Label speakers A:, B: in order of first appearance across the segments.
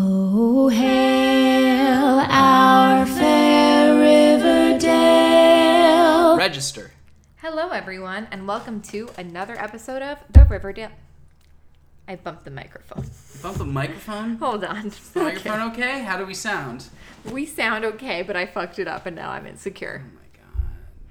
A: Oh, hail our fair Riverdale.
B: Register.
C: Hello, everyone, and welcome to another episode of The Riverdale. I bumped the microphone.
B: Bump the microphone.
C: Hold on.
B: The microphone okay? How do we sound?
C: Okay. We sound okay, but I fucked it up and now I'm insecure.
B: Oh my god.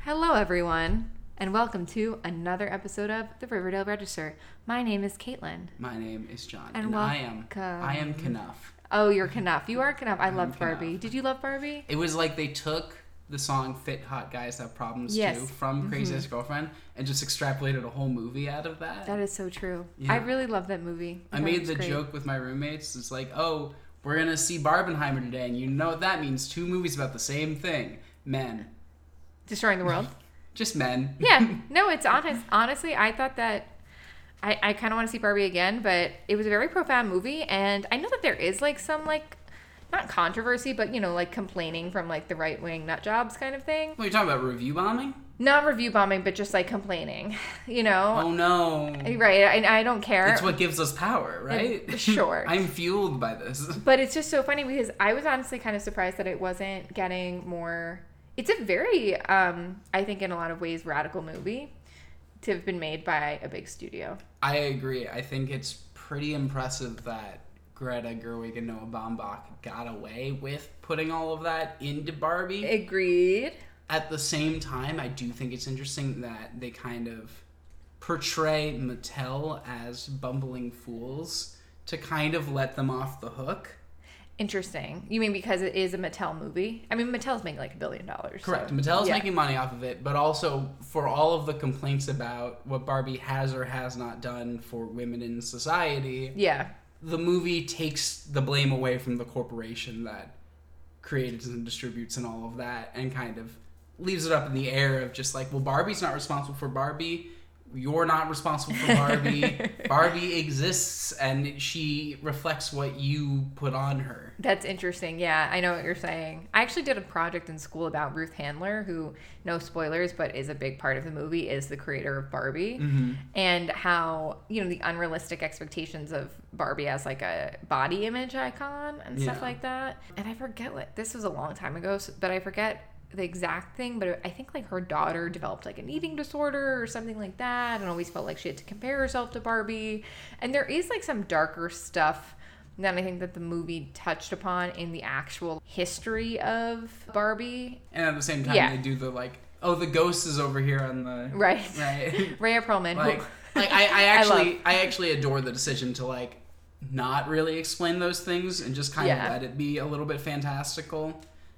C: Hello, everyone, and welcome to another episode of The Riverdale Register. My name is Caitlin.
B: My name is John.
C: And
B: And, I am
C: welcome.
B: I am Knuff.
C: Oh, you're Knuff. You are Knuff. I loved
B: Knuff.
C: Barbie. Did you love Barbie?
B: It was like they took the song Fit Hot Guys Have Problems
C: Yes. Mm-hmm.
B: Too from Craziest Girlfriend and just extrapolated a whole movie out of that.
C: That is so true.
B: Yeah.
C: I really love that movie.
B: I
C: thought it
B: made
C: was
B: the
C: great.
B: joke with my roommates. It's like, oh, we're gonna see Barbenheimer today, and you know what that means. Two movies about the same thing. Men.
C: Destroying the World.
B: Just men.
C: yeah no it's honest honestly i thought that i, I kind of want to see barbie again but it was a very profound movie and i know that there is like some like not controversy but you know like complaining from like the right wing nut jobs kind of thing
B: What are you talking about? Review bombing?
C: not review bombing but just like complaining you know
B: Oh no.
C: right I, I don't care
B: It's what gives us power, right?
C: sure.
B: I'm fueled by this.
C: but it's just so funny because i was honestly kind of surprised that it wasn't getting more it's a very um i think in a lot of ways radical movie to have been made by a big studio
B: I agree. I think it's pretty impressive that Greta Gerwig and Noah Baumbach got away with putting all of that into Barbie.
C: agreed
B: At the same time, I do think it's interesting that they kind of portray Mattel as bumbling fools to kind of let them off the hook.
C: Interesting. You mean because it is a Mattel movie? I mean, Mattel's making like a billion dollars. so-
B: Correct. Mattel's
C: yeah.
B: making money off of it, but also for all of the complaints about what Barbie has or has not done for women in society,
C: Yeah.
B: the movie takes the blame away from the corporation that creates and distributes and all of that and kind of leaves it up in the air of just like well barbie's not responsible for barbie you're not responsible for barbie barbie exists and she reflects what you put on her
C: That's interesting. Yeah, I know what you're saying. I actually did a project in school about Ruth Handler, who, no spoilers, but is a big part of the movie, is the creator of Barbie,
B: Mm-hmm.
C: and how, you know, the unrealistic expectations of Barbie as like a body image icon and
B: Yeah.
C: stuff like that. And I forget what, this was a long time ago, so, but I forget the exact thing, but I think like her daughter developed like an eating disorder or something like that, and always felt like she had to compare herself to Barbie. And there is like some darker stuff that I think that the movie touched upon in the actual history of Barbie.
B: and at the same time
C: Yeah.
B: they do the like oh the ghost is over here on the
C: Right.
B: right
C: Rhea Perlman.
B: like
C: who-
B: like I, I
C: I love-
B: actually I, actually adore the decision to like not really explain those things and just kind
C: Yeah.
B: of let it be a little bit fantastical.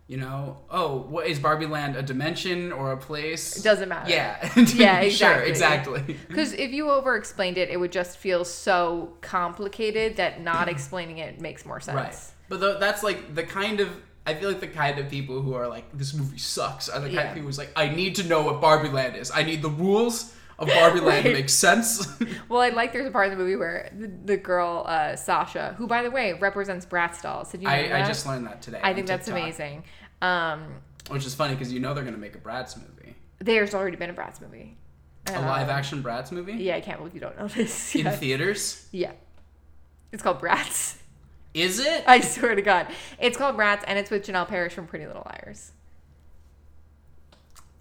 B: You know, oh, what is Barbie Land a dimension or a place?
C: It doesn't matter.
B: Yeah.
C: Yeah,
B: Sure,
C: exactly.
B: exactly.
C: Because if you over explained it, it would just feel so complicated that not explaining it makes more sense.
B: Right. But tho- that's like the kind of I feel like the kind of people who are like this movie sucks are the kind
C: Yeah.
B: of people who's like I need to know what Barbie Land is. I need the rules of Barbie Land to
C: Right.
B: make sense.
C: Well, I like there's a part in the movie where the, the girl, uh, Sasha, who, by the way, represents Bratz dolls. Did you know
B: I, I
C: that?
B: just learned that today.
C: I
B: on
C: think that's
B: TikTok,
C: amazing. Um,
B: Which is funny because you know they're gonna make a Bratz movie.
C: there's already been a Bratz movie.
B: A
C: Um,
B: live action Bratz movie?
C: Yeah, I can't believe you don't know this.
B: In
C: Yeah.
B: theaters?
C: yeah. It's called Bratz.
B: Is it?
C: I swear to God. It's called Rats, and it's with Janelle Parrish from Pretty Little Liars.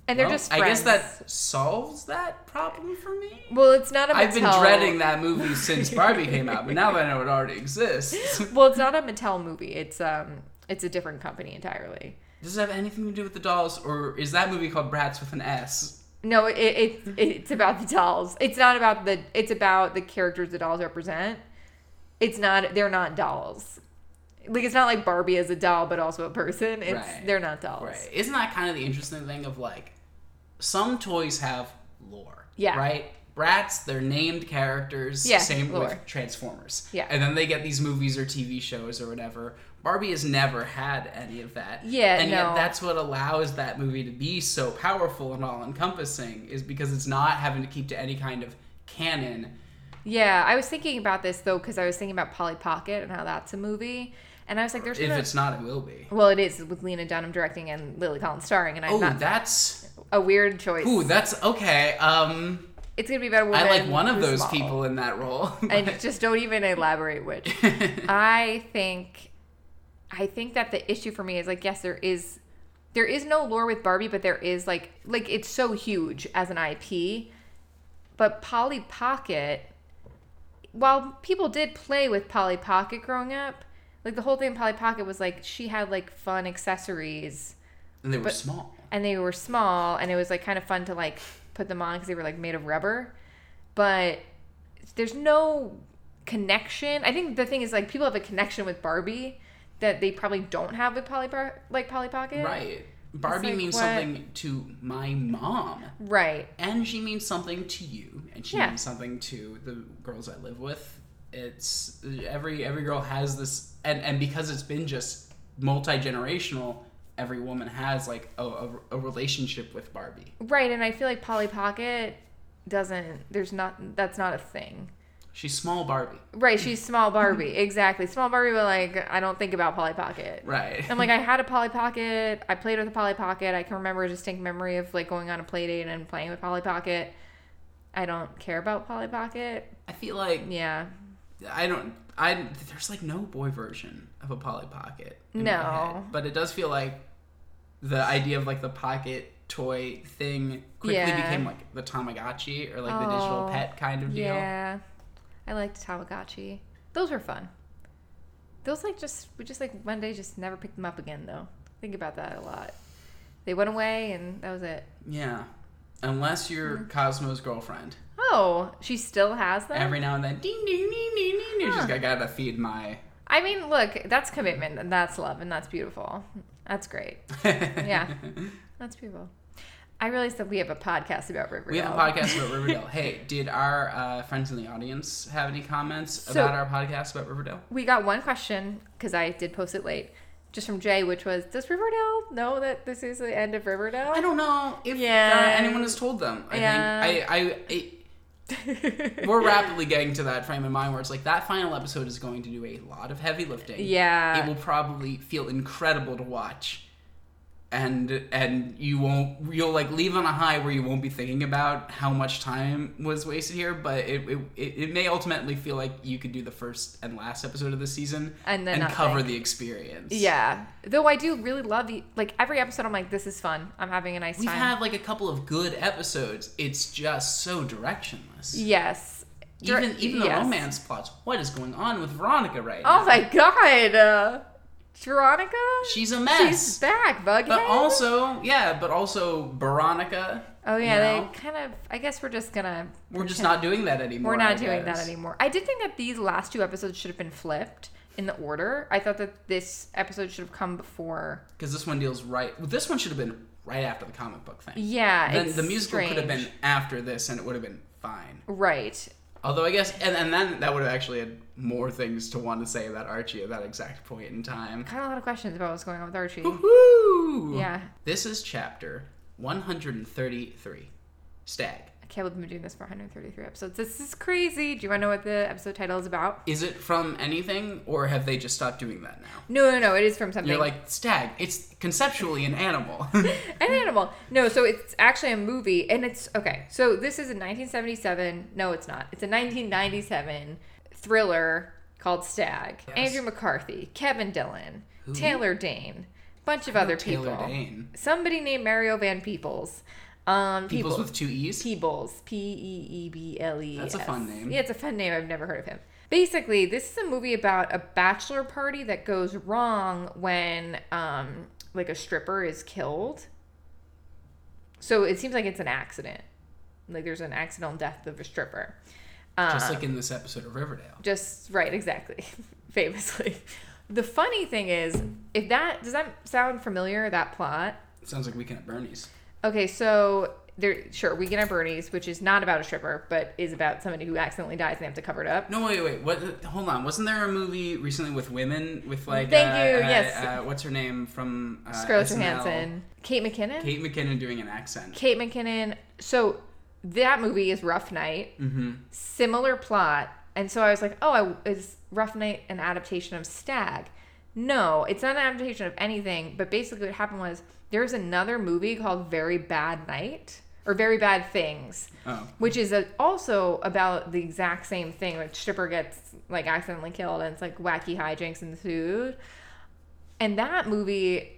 C: And they're
B: Well,
C: just friends.
B: I guess that solves that problem for me.
C: Well, it's not a Mattel.
B: I've been dreading that movie since Barbie came out, but now that I know it already exists,
C: Well, it's not a Mattel movie. It's um, it's a different company entirely.
B: does it have anything to do with the dolls, or is that movie called Bratz with an S?
C: No, it, it it's about the dolls. It's not about the. It's about the characters the dolls represent. It's not. They're not dolls. Like it's not like Barbie is a doll, but also a person. It's
B: Right.
C: they're not dolls.
B: Right. Isn't that kind of the interesting thing of like, some toys have lore.
C: Yeah.
B: Right. Bratz, they're named characters.
C: Yeah,
B: Same
C: lore.
B: with Transformers.
C: Yeah.
B: And then they get these movies or TV shows or whatever. Barbie has never had any of that.
C: Yeah,
B: And
C: no.
B: yet that's what allows that movie to be so powerful and all encompassing is because it's not having to keep to any kind of canon.
C: Yeah, I was thinking about this though because I was thinking about Polly Pocket and how that's a movie, and I was like, "There's
B: If
C: gonna-
B: it's not, it will be.
C: well, it is with Lena Dunham directing and Lily Collins starring, and I'm
B: Oh,
C: not
B: that's
C: a weird choice.
B: ooh, that's okay. Um,
C: it's gonna be about a woman.
B: I like one of
C: who's
B: those
C: small.
B: people in that role.
C: and just don't even elaborate which. I think I think that the issue for me is like yes there is there is no lore with Barbie but there is like like it's so huge as an IP but Polly Pocket while people did play with Polly Pocket growing up like the whole thing in Polly Pocket was like she had like fun accessories
B: and they were
C: But-
B: small.
C: and they were small and it was like kind of fun to like put them on because they were like made of rubber but there's no connection i think the thing is like people have a connection with barbie that they probably don't have with polly Bar- like polly pocket
B: Right. Barbie
C: like,
B: means
C: what-
B: something to my mom,
C: right
B: and she means something to you, and she
C: Yeah.
B: means something to the girls I live with. It's every every girl has this, and and because it's been just multi generational, every woman has like a, a, a relationship with Barbie.
C: right and i feel like polly pocket doesn't there's not that's not a thing
B: She's small Barbie,
C: right she's small barbie exactly small barbie but like i don't think about polly pocket
B: right?
C: I'm like, I had a Polly Pocket. I played with a Polly Pocket. I can remember a distinct memory of like going on a play date and playing with Polly Pocket. I don't care about Polly Pocket.
B: I feel like
C: Yeah.
B: I don't. I there's like no boy version of a Polly Pocket. in my
C: No.
B: head. but it does feel like the idea of like the pocket toy thing quickly
C: Yeah.
B: became like the Tamagotchi or like the digital
C: Oh,
B: pet kind of deal.
C: Yeah. I liked Tamagotchi. Those were fun. Those like just we just like one day just never picked them up again though. Think about that a lot. They went away and that was it.
B: Yeah. Unless you're
C: Mm-hmm.
B: Cosmo's girlfriend,
C: Oh, she still has them.
B: every now and then, ding ding ding ding ding, you just
C: Huh.
B: gotta, gotta feed my.
C: I mean, look, that's commitment and that's love and that's beautiful. That's great.
B: yeah.
C: That's people. I realized that we have a podcast about Riverdale.
B: We have a podcast about Riverdale. hey, did our uh, friends in the audience have any comments
C: So-
B: about our podcast about Riverdale?
C: We got one question because I did post it late, just from Jay, which was, "Does Riverdale know that this is the end of Riverdale?"
B: I don't know if
C: Yeah.
B: uh, anyone has told them. I
C: Yeah.
B: think I, I, I we're rapidly getting to that frame of mind where it's like that final episode is going to do a lot of heavy lifting.
C: Yeah.
B: it will probably feel incredible to watch, and and you won't you'll like leave on a high where you won't be thinking about how much time was wasted here, but it it, it, it may ultimately feel like you could do the first and last episode of the season
C: And then not
B: cover
C: think.
B: the experience.
C: yeah. Though I do really love the like every episode. I'm like, "This is fun. I'm having a nice
B: We've
C: time."
B: had like a couple of good episodes. It's just so directionless.
C: yes. Dir-
B: Even even the
C: yes.
B: romance plots. What is going on with Veronica right now?
C: Oh my god, uh, Veronica.
B: She's a mess.
C: She's back, Bughead.
B: but also, yeah, but also Veronica.
C: oh
B: you
C: yeah,
B: know?
C: they kind of. I guess we're just gonna.
B: We're just not doing that anymore.
C: We're not
B: I
C: doing that
B: guess.
C: anymore. I did think that these last two episodes should have been flipped in the order. I thought that this episode should have come before.
B: Because this one deals right. Well, this one should have been right after the comic book thing.
C: Yeah,
B: Then
C: it's
B: the musical could have been
C: strange.
B: after this, and it would have been fine.
C: right.
B: Although I guess, and, and then that would have actually had more things to want to say about Archie at that exact point in time.
C: Kind of a lot of questions about what's going on with Archie.
B: Woo!
C: Yeah.
B: This is chapter 133. Stag.
C: I can't believe we've been doing this for 133 episodes. This is crazy. Do you want to know what the episode title is about?
B: Is it from anything, or have they just stopped doing that now?
C: No, no, no. It is from something.
B: You're like, stag, it's conceptually an animal.
C: an animal. No, so it's actually a movie, and it's okay. So this is a 1977. No, it's not. It's a 1997 thriller called Stag.
B: Yes.
C: Andrew McCarthy, Kevin Dillon, Taylor Dane, bunch of other
B: Taylor
C: people.
B: Dane.
C: Somebody named Mario Van Peebles. Um,
B: Peoples
C: people-
B: with two E's.
C: Peebles. P E E B L E.
B: That's a fun name.
C: Yeah, it's a fun name. I've never heard of him. Basically, this is a movie about a bachelor party that goes wrong when, um, like, a stripper is killed. So it seems like it's an accident. Like, there's an accidental death of a stripper. Um,
B: Just like in this episode of Riverdale.
C: just right, exactly. Famously. The funny thing is, if that does that sound familiar, that plot?
B: Sounds like Weekend at Bernie's.
C: Okay, so there, sure, Weekend at Bernie's, which is not about a stripper, but is about somebody who accidentally dies and they have to cover it up.
B: No, wait, wait. What? Hold on. Wasn't there a movie recently with women with like?
C: Mm, Thank
B: uh,
C: you,
B: Uh,
C: yes.
B: Uh, what's her name from? Uh,
C: Scarlett
B: SNL?
C: Johansson, Kate McKinnon. Kate,
B: Kate McKinnon doing an accent.
C: McKinnon. So that movie is Rough Night,
B: Mm-hmm.
C: similar plot, and so I was like, oh, I, is Rough Night an adaptation of Stag? No, it's not an adaptation of anything. But basically, what happened was there was another movie called Very Bad Night or Very Bad Things.
B: Oh.
C: which is a, also about the exact same thing. Like stripper gets like accidentally killed, and it's like wacky hijinks ensued. And that movie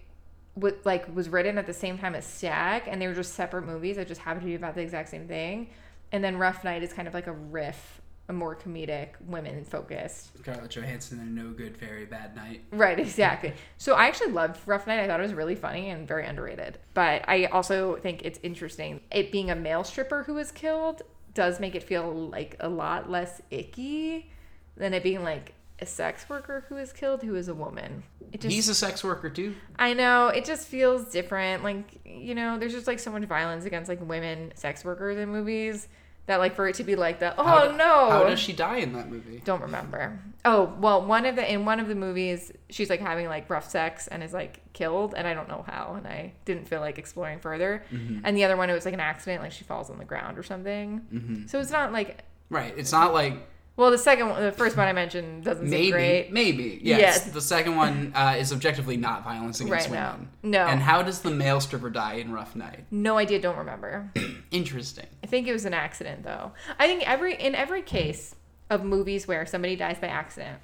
C: was like was written at the same time as Stag, and they were just separate movies that just happened to be about the exact same thing. And then Rough Night is kind of like a riff, a more comedic, women focused.
B: Scarlett Johansson and No Good, Very Bad Night.
C: Right, exactly. So I actually loved Rough Night. I thought it was really funny and very underrated. But I also think it's interesting. It being a male stripper who was killed does make it feel like a lot less icky than it being like a sex worker who was killed who is a woman. It just
B: He's a sex worker too.
C: I know, it just feels different. Like, you know, there's just like so much violence against like women sex workers in movies that like for it to be like that, oh
B: How-
C: no.
B: How does she die in that movie?
C: Don't remember. Oh well, one of the in one of the movies, she's like having like rough sex and is like killed, and I don't know how, and I didn't feel like exploring further. And the other one, it was like an accident, like she falls on the ground or something. So it's not like
B: Right. It's not like
C: well, the second one, the first one I mentioned doesn't seem
B: maybe,
C: great.
B: maybe. Yes.
C: Yes.
B: The second one uh, is objectively not violence against
C: Right, no.
B: women.
C: No.
B: And how does the male stripper die in Rough Night?
C: No idea, don't remember.
B: Interesting.
C: I think it was an accident though. I think every in every case of movies where somebody dies by accident,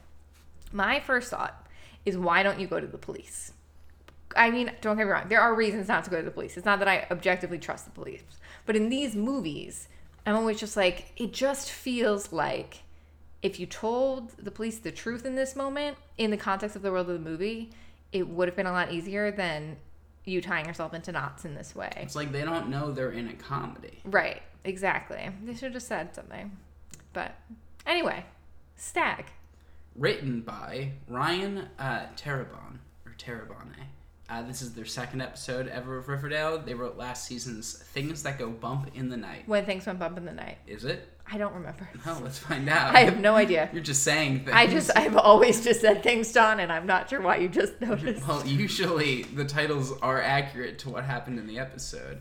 C: my first thought is why don't you go to the police? I mean, don't get me wrong, there are reasons not to go to the police. It's not that I objectively trust the police. But in these movies, I'm always just like, it just feels like if you told the police the truth in this moment, in the context of the world of the movie, it would have been a lot easier than you tying yourself into knots in this way.
B: It's like they don't know they're in a comedy.
C: Right, exactly. They should have just said something. But anyway, Stag.
B: Written by Ryan uh, Terabon or Terabone. Uh, this is their second episode ever of Riverdale. They wrote last season's "Things That Go Bump in the Night."
C: When things went bump in the night.
B: Is it?
C: I don't remember.
B: Oh, let's find out.
C: I have no idea.
B: You're just saying things.
C: I just, I've always just said things, Don, and I'm not sure why you just noticed.
B: Well, usually the titles are accurate to what happened in the episode.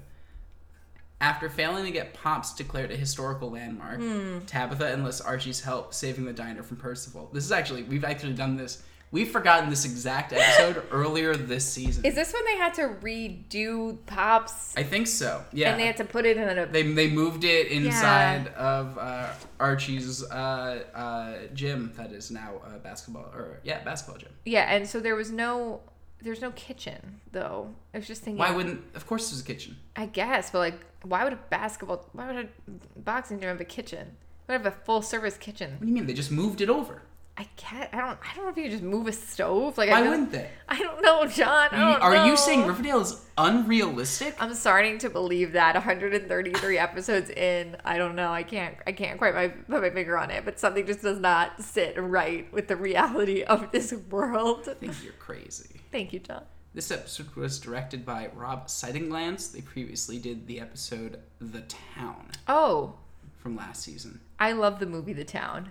B: After failing to get Pops declared a historical landmark, Tabitha enlists Archie's help saving the diner from Percival. This is actually, we've actually done this. We've forgotten this exact episode earlier this season.
C: Is this when they had to redo Pops
B: I think so, yeah.
C: and they had to put it in a.
B: they, they moved it inside of uh, Archie's uh, uh, gym that is now a basketball, or yeah, basketball gym.
C: yeah, and so there was no. There's no kitchen, though. I was just thinking.
B: Why wouldn't, of course there's a kitchen.
C: I guess, but like, why would a basketball. Why would a boxing gym have a kitchen? Why would it have a full service kitchen?
B: What do you mean? They just moved it over.
C: I can't. I don't. I don't know if you just move a stove. Like I,
B: Why
C: don't-
B: wouldn't they?
C: I don't know, John. I don't
B: Are
C: know.
B: you saying Riverdale is unrealistic?
C: I'm starting to believe that 133 episodes in. I don't know. I can't. I can't quite my, put my finger on it. But something just does not sit right with the reality of this world.
B: I think you're crazy.
C: Thank you, John.
B: This episode was directed by Rob Sightinglands. They previously did the episode The Town
C: Oh,
B: from last season.
C: I love the movie The Town.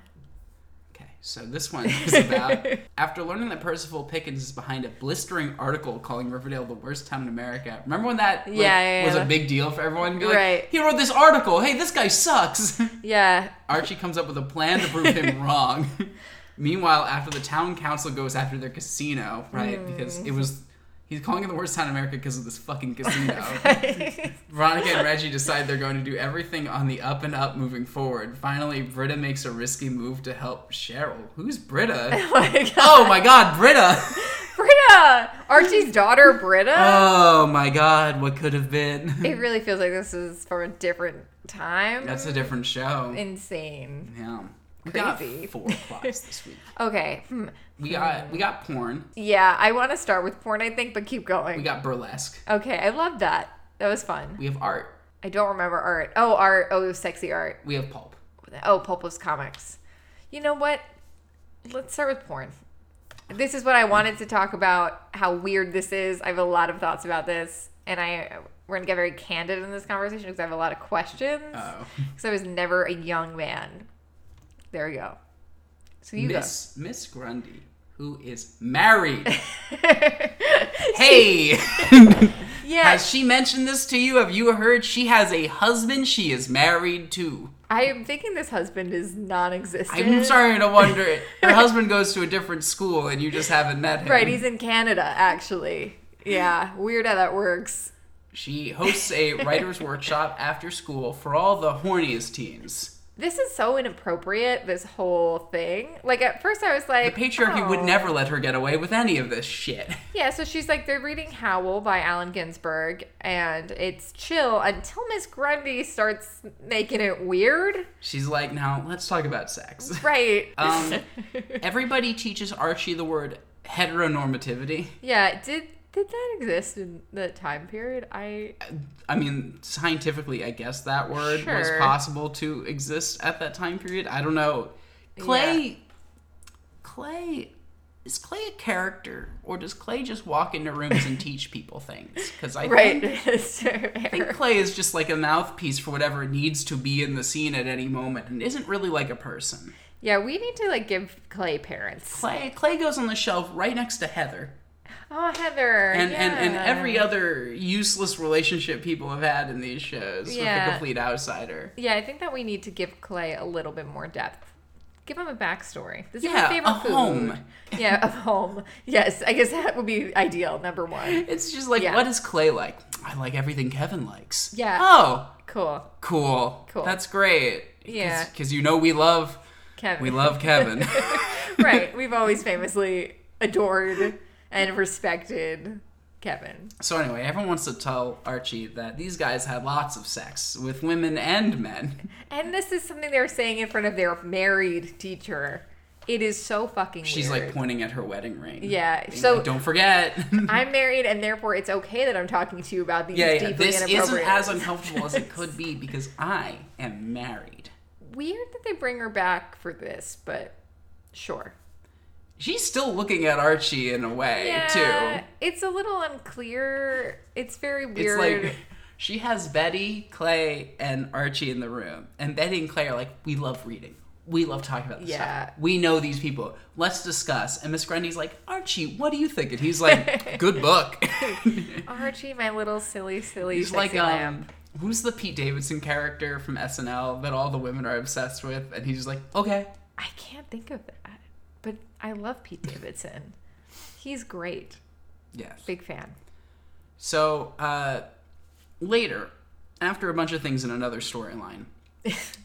B: Okay, so this one is about after learning that Percival Pickens is behind a blistering article calling Riverdale the worst town in America. Remember when that like,
C: Yeah, yeah,
B: was
C: yeah.
B: a big deal for everyone? Be like,
C: Right.
B: He wrote this article. Hey, this guy sucks.
C: Yeah,
B: Archie comes up with a plan to prove him wrong. Meanwhile, after the town council goes after their casino, right? Because it was. He's calling it the worst town in America because of this fucking casino.
C: Oh
B: Veronica and Reggie decide they're going to do everything on the up and up moving forward. Finally, Britta makes a risky move to help Cheryl. Who's Britta?
C: Oh my God.
B: oh my god, Britta!
C: Britta, Archie's daughter, Britta.
B: Oh my god, what could have
C: it
B: been?
C: really feels like this is from a different time.
B: Oh. That's a different show.
C: insane.
B: Yeah. We got
C: Crazy.
B: four plots this week.
C: Okay. Hmm.
B: We got we got porn.
C: Yeah, I want to start with porn, I think, but keep going.
B: We got burlesque.
C: okay, I love that. That was fun.
B: We have art.
C: I don't remember art. Oh, art. Oh, it was sexy art.
B: We have pulp.
C: Oh, Pulp was comics. You know what? Let's start with porn. This is what I wanted to talk about. How weird this is. I have a lot of thoughts about this, and I we're gonna get very candid in this conversation because I have a lot of questions.
B: Oh.
C: Because I was never a young man. There we go. So you
B: Miss Miss Grundy, who is married.
C: go.
B: Hey,
C: yeah,
B: has she mentioned this to you? Have you heard she has a husband she is married to?
C: I am thinking this husband is non-existent.
B: I'm starting to wonder. Her husband goes to a different school, and you just haven't met him.
C: Right, he's in Canada, actually. Yeah, weird how that works.
B: She hosts a writer's workshop after school for all the horniest teens.
C: This is so inappropriate, this whole thing. Like, at first I was
B: The
C: like,
B: patriarchy
C: "Oh."
B: would never let her get away with any of this shit.
C: Yeah, so she's like, they're reading Howl by Allen Ginsberg, and it's chill until Miss Grundy starts making it weird.
B: She's like, now let's talk about sex.
C: Right.
B: Um, everybody teaches Archie the word heteronormativity.
C: yeah, did did that exist in the time period? I
B: Uh, I mean, scientifically, I guess that word was
C: Sure.
B: possible to exist at that time period. I don't know. Clay, Clay, is Clay a character, or does Clay just walk into rooms and teach people things? Because I
C: Right.
B: think,
C: It's
B: I think Clay is just like a mouthpiece for whatever needs to be in the scene at any moment, and isn't really like a person.
C: yeah, we need to like give Clay parents.
B: Clay, Clay goes on the shelf right next to Heather.
C: Oh, Heather.
B: and, and and
C: yeah.
B: every other useless relationship people have had in these shows with
C: Yeah.
B: the complete outsider.
C: Yeah, I think that we need to give Clay a little bit more depth. Give him a backstory. This
B: Yeah,
C: is his favorite
B: a
C: food.
B: home.
C: Yeah, a home. Yes, I guess that would be ideal. Number one.
B: It's just like,
C: Yeah.
B: what is Clay like? I like everything Kevin likes.
C: Yeah.
B: Oh,
C: Cool,
B: cool.
C: Cool.
B: That's great.
C: Yeah.
B: Because you know we love
C: Kevin.
B: we love Kevin.
C: right. We've always famously adored and respected Kevin.
B: so anyway, everyone wants to tell Archie that these guys had lots of sex with women and men.
C: And this is something they're saying in front of their married teacher. It is so fucking.
B: She's like
C: weird.
B: pointing at her wedding ring.
C: Yeah,
B: Being
C: so-
B: like, don't forget.
C: I'm married, and therefore it's okay that I'm talking to you about these
B: yeah, yeah.
C: deeply
B: This isn't
C: inappropriate.
B: as uncomfortable as it could be because I am married.
C: Weird that they bring her back for this, but sure.
B: She's still looking at Archie in a way, too.
C: it's a little unclear. It's very
B: It's
C: weird.
B: like she has Betty, Clay, and Archie in the room. And Betty and Clay are like, we love reading. We love talking about this
C: Yeah.
B: stuff. We know these people. Let's discuss. And Miss Grundy's like, Archie, what do you think? And he's like, good book.
C: Archie, my little silly, silly,
B: he's
C: sexy
B: like,
C: lamb.
B: um, who's the Pete Davidson character from SNL that all the women are obsessed with? And he's like, okay.
C: I can't think of that, but I love Pete Davidson. He's great.
B: Yes.
C: Big fan.
B: So uh, later, after a bunch of things in another storyline,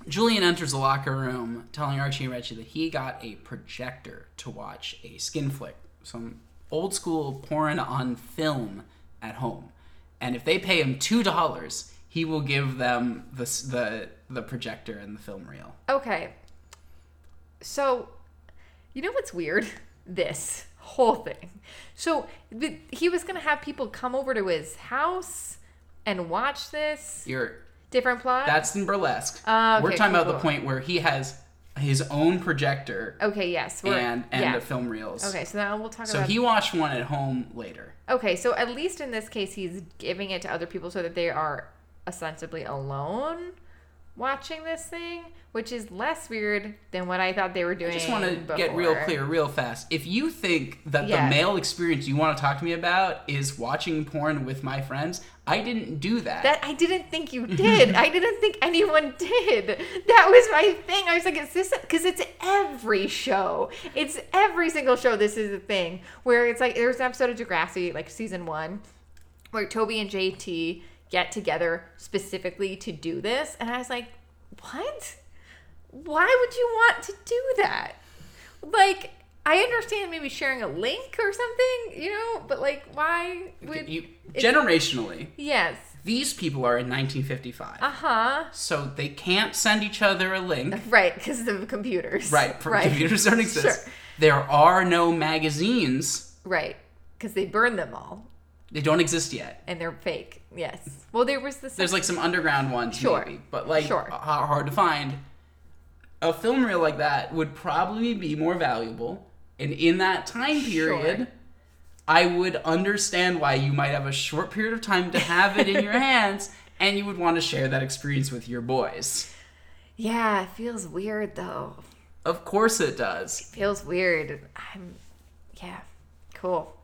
B: Julian enters the locker room telling Archie and Reggie that he got a projector to watch a skin flick, some old school porn on film at home. And if they pay him $2, he will give them the, s- the, the projector and the film reel.
C: Okay. So, you know what's weird? This whole thing. So, th- he was going to have people come over to his house and watch this.
B: You're,
C: Different plot?
B: that's in burlesque.
C: Ah,
B: We're
C: okay,
B: talking
C: cool,
B: about the
C: cool.
B: point where he has his own projector
C: okay, yes. we're-
B: and, and
C: yeah.
B: the film reels.
C: Okay, so now we'll talk
B: So
C: about
B: he watched one at home later.
C: Okay, so at least in this case, he's giving it to other people so that they are ostensibly alone watching this thing, which is less weird than what I thought they were doing.
B: I just want to
C: before.
B: get real clear, real fast. If you think that
C: Yeah.
B: the male experience you want to talk to me about is watching porn with my friends, I didn't do that.
C: That I didn't think you did. I didn't think anyone did. That was my thing. I was like, is this because it's every show. It's every single show. This is a thing where it's like there's an episode of Degrassi, like season one, where Toby and JT get together specifically to do this, and I was like, what? Why would you want to do that? Like. I understand maybe sharing a link or something, you know, but like, why would
B: You-
C: it's-
B: generationally,
C: Yes.
B: these people are in 1955,
C: Uh huh.
B: so they can't send each other a link.
C: Right, because of computers.
B: Right, for computers don't exist.
C: Sure.
B: There are no magazines.
C: Right, because they burn them all
B: They don't exist yet.
C: and they're fake. Yes. Well, there was this.
B: There's like some underground ones,
C: Sure.
B: maybe, but like
C: Sure.
B: h- hard to find. A film reel like that would probably be more valuable, and in that time period,
C: Sure.
B: I would understand why you might have a short period of time to have it in your hands, and you would want to share that experience with your boys.
C: yeah, it feels weird though.
B: Of course, it does.
C: Feels weird. I'm. Yeah. Cool.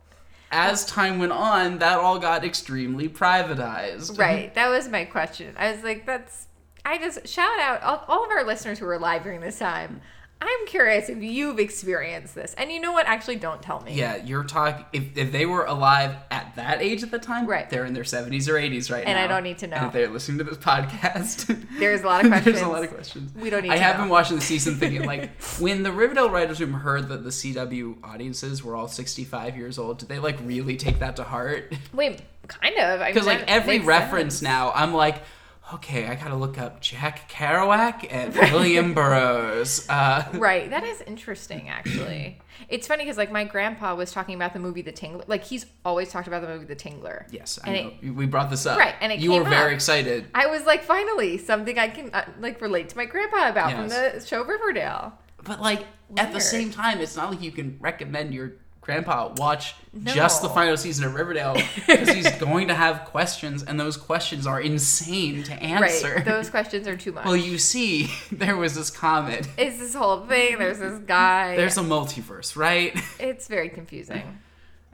B: As time went on, that all got extremely privatized.
C: Right. That was my question. I was like, that's. I just shout out all, all of our listeners who were live during this time. I'm curious if you've experienced this. And you know what? Actually, don't tell me.
B: Yeah, you're talking. If, if they were alive at at that age at the time.
C: Right.
B: They're in their 70s or 80s right
C: And
B: now.
C: I don't need to
B: And
C: know.
B: if they're listening to this podcast,
C: There's a lot of
B: There's a lot of questions.
C: We don't need
B: I
C: to
B: have
C: know.
B: been watching the season thinking, like, when the Riverdale Writers' Room heard that the CW audiences were all 65 years old, did they, like, really take that to heart?
C: Wait, kind of. I mean,
B: Because, like,
C: that
B: every
C: makes
B: reference
C: sense.
B: now, I'm like, okay, I gotta look up Jack Kerouac and William Burroughs. Uh,
C: Right. That is interesting, actually. it's funny because, like, my grandpa was talking about the movie The Tingler. Like, he's always talked about the movie The Tingler.
B: yes, I
C: And
B: know. we brought this up.
C: Right, and it
B: You
C: came
B: were very
C: up.
B: excited.
C: I was like, finally, something I can, uh, like, relate to my grandpa about
B: Yes.
C: from the show Riverdale.
B: But, like, at the
C: Weird.
B: same time, it's not like you can recommend your grandpa watch just the
C: No.
B: final season of Riverdale because he's going to have questions, and those questions are insane to answer.
C: Right. Those questions are too much.
B: well, you see, there was this comment.
C: it's this whole thing. There's this guy.
B: There's a multiverse, right?
C: it's very confusing.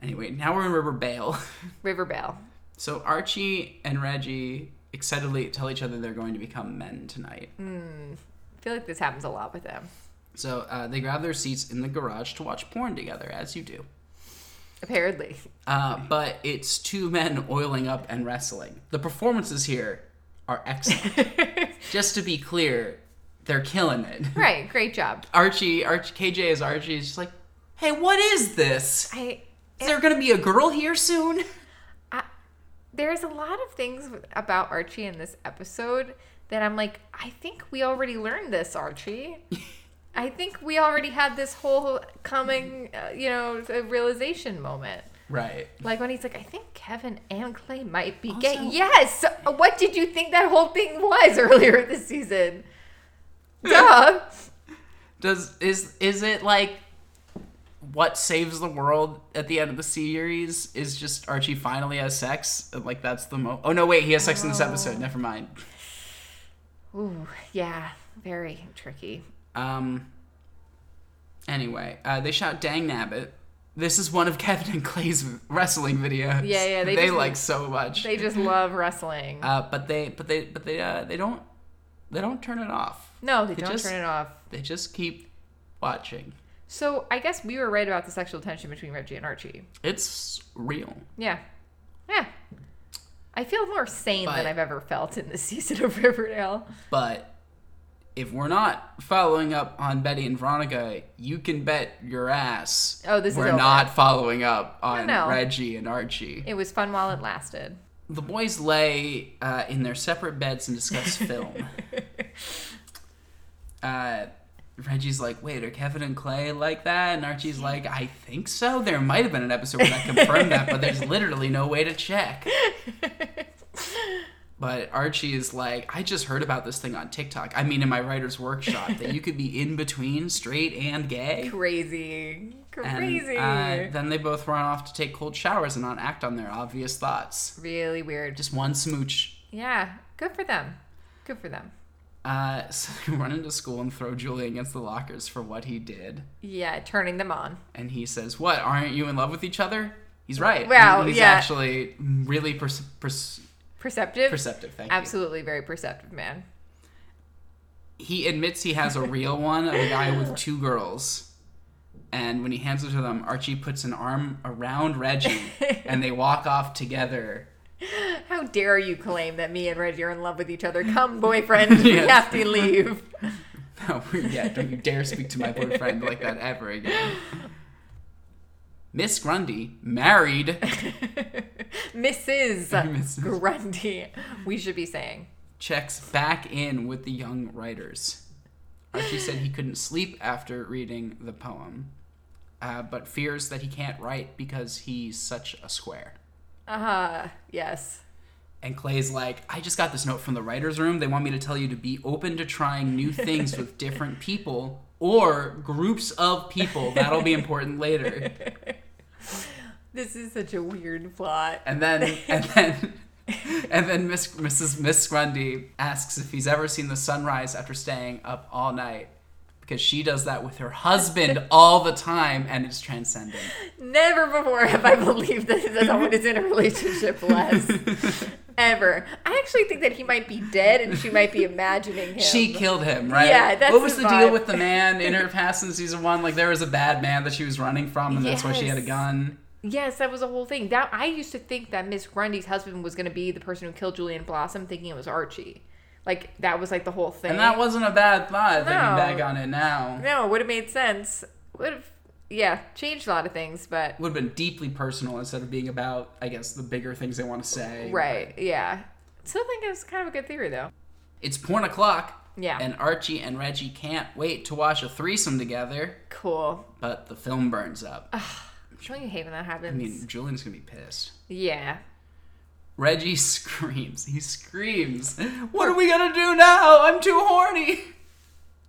B: Anyway, now we're in Riverdale.
C: Riverdale.
B: So Archie and Reggie excitedly tell each other they're going to become men tonight.
C: Mm. I feel like this happens a lot with them.
B: So uh, they grab their seats in the garage to watch porn together, as you do.
C: Apparently.
B: Uh, but it's two men oiling up and wrestling. The performances here are excellent. Just to be clear, they're killing it.
C: Right. Great job.
B: Archie, Arch, KJ is Archie. Is just like, hey, what is this?
C: I
B: Is there gonna be a girl here soon?
C: there's a lot of things with- about Archie in this episode that I'm like, I think we already learned this, Archie. I think we already had this whole coming, uh, you know, uh, realization moment.
B: Right.
C: Like when he's like, I think Kevin and Clay might be gay.
B: Also-
C: Yes. What did you think that whole thing was earlier this season? Duh.
B: Does is is it like what saves the world at the end of the series is just Archie finally has sex? Like that's the mo. Oh no, wait, he has sex in this episode. Never mind.
C: Ooh, yeah. Very tricky.
B: Um. Anyway, uh, they shot Dang Nabbit. This is one of Kevin and Clay's wrestling videos.
C: Yeah, yeah,
B: They,
C: they just-
B: like so much.
C: They just love wrestling.
B: uh, but they, but they, but they, uh, they don't, they don't turn it off.
C: No, they
B: they
C: don't
B: just-
C: turn it off.
B: They just keep watching.
C: So I guess we were right about the sexual tension between Reggie and Archie.
B: It's real.
C: Yeah. Yeah. I feel more sane
B: But-
C: than I've ever felt in this season of Riverdale.
B: But if we're not following up on Betty and Veronica, you can bet your ass.
C: Oh, this is
B: we're
C: over.
B: not following up on
C: no.
B: Reggie and Archie.
C: It was fun while it lasted.
B: The boys lay uh, in their separate beds and discuss film. Uh, Reggie's like, wait, are Kevin and Clay like that? And Archie's like, I think so. There might have been an episode where that confirmed that, but there's literally no way to check. But Archie is like, I just heard about this thing on TikTok. I mean, in my writer's workshop, that you could be in between straight and gay.
C: Crazy. Crazy.
B: And, uh, then they both run off to take cold showers and not act on their obvious thoughts.
C: really weird.
B: Just one smooch
C: Yeah. Good for them. Good for them.
B: Uh, so they run into school and throw Julie against the lockers for what he did.
C: Yeah, turning them on.
B: And he says, What? Aren't you in love with each other? He's right.
C: Wow,
B: He's
C: yeah.
B: actually really perce- perce-
C: Perceptive.
B: perceptive. Thank
C: Absolutely very perceptive, man.
B: you. He admits he has a real one of a guy with two girls. And when he hands it to them, Archie puts an arm around Reggie and they walk off together.
C: How dare you claim that me and Reggie are in love with each other? Come, boyfriend, we
B: Yes.
C: have to leave.
B: No, Oh, yeah, don't you dare speak to my boyfriend like that ever again. Miss Grundy married
C: Mrs.
B: Mrs.
C: Grundy, we should be saying.
B: checks back in with the young writers. Archie said he couldn't sleep after reading the poem, uh, but fears that he can't write because he's such a square.
C: Uh, yes.
B: And Clay's like, I just got this note from the writer's room. They want me to tell you to be open to trying new things with different people or groups of people. That'll be important later.
C: This is such a weird plot.
B: And then, and then. And then Miss, Mrs. Miss Grundy asks if he's ever seen the sunrise after staying up all night because she does that with her husband all the time and it's transcendent.
C: Never before have I believed that that someone is in a relationship less. Ever. I actually think that he might be dead and she might be imagining him.
B: She killed him, right?
C: Yeah, that's
B: What was the
C: his
B: deal
C: vibe.
B: with the man in her past in season one? Like there was a bad man that she was running from and that's why she had a
C: Yes.
B: gun.
C: Yes, that was a whole thing. That I used to think that Miss Grundy's husband was going to be the person who killed Julian Blossom, thinking it was Archie. Like that was like the whole thing.
B: And that wasn't a bad thought thinking
C: No.
B: back on it now.
C: no, it would have made sense. Would have, yeah, changed a lot of things, but
B: Would have been deeply personal instead of being about, I guess, the bigger things they want to say.
C: right, yeah. Still think it was kind of a good theory though.
B: It's porn o'clock.
C: Yeah.
B: And Archie and Reggie can't wait to watch a threesome together,
C: Cool.
B: but the film burns up.
C: Ah, Don't you hate when that happens?
B: I mean, Julian's gonna be pissed.
C: yeah.
B: Reggie screams. He screams. What are we gonna do now? I'm too horny.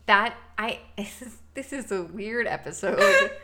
C: That I this is a weird episode.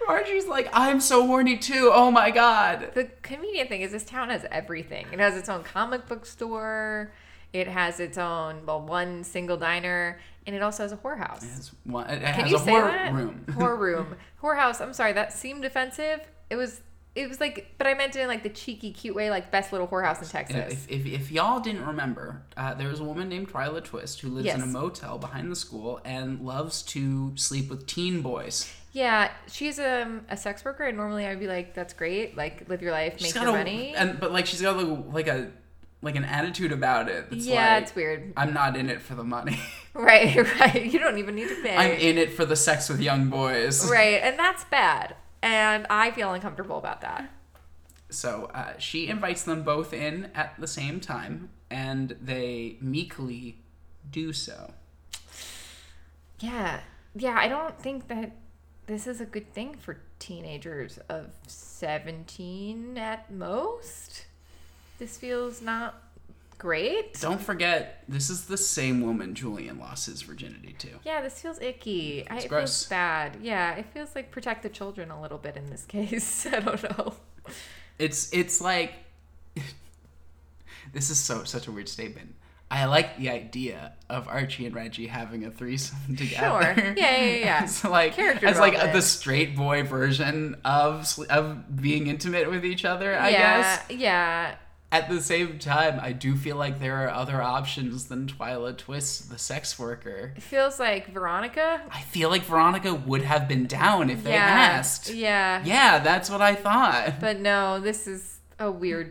B: Archie's like, I'm so horny too. Oh my god.
C: the convenient thing is this town has everything. It has its own comic book store. It has its own well one single diner, and it also has a whorehouse.
B: It has, one, it
C: Can
B: has
C: you
B: a
C: say
B: horror
C: that?
B: room.
C: Whore room. Whorehouse. I'm sorry, that seemed offensive. It was. It was like, but I meant it in like the cheeky, cute way, like best little whorehouse in
B: You know,
C: Texas.
B: if, if, if y'all didn't remember, uh, there was a woman named Twyla Twist who lives in a
C: Yes.
B: motel behind the school and loves to sleep with teen boys.
C: Yeah, she's um, a sex worker, and normally I'd be like, "That's great, like live your life, make
B: She's
C: your
B: got a-
C: money."
B: and but like she's got a, like a like an attitude about it. It's
C: yeah,
B: like,
C: it's weird.
B: I'm not in it for the money.
C: Right, right. You don't even need to pay.
B: I'm in it for the sex with young boys.
C: right, and that's bad. And I feel uncomfortable about that.
B: So uh, she invites them both in at the same time, and they meekly do so.
C: Yeah, yeah. I don't think that this is a good thing for teenagers of seventeen at most. This feels not great.
B: Don't forget, this is the same woman Julian lost his virginity to.
C: Yeah, this feels icky. I, it
B: gross.
C: feels bad. Yeah, it feels like protect the children a little bit in this case. I don't know.
B: It's it's like this is so such a weird statement. I like the idea of Archie and Reggie having a threesome together.
C: Sure. Yeah, yeah, yeah.
B: It's like
C: Character
B: as like
C: development.
B: the straight boy version of sl- of being intimate with each other. I
C: yeah,
B: guess.
C: yeah.
B: At the same time, I do feel like there are other options than Twyla Twist, the sex worker.
C: It feels like Veronica.
B: I feel like Veronica would have been down if they
C: yeah.
B: asked.
C: Yeah.
B: Yeah, that's what I thought.
C: But no, this is a weird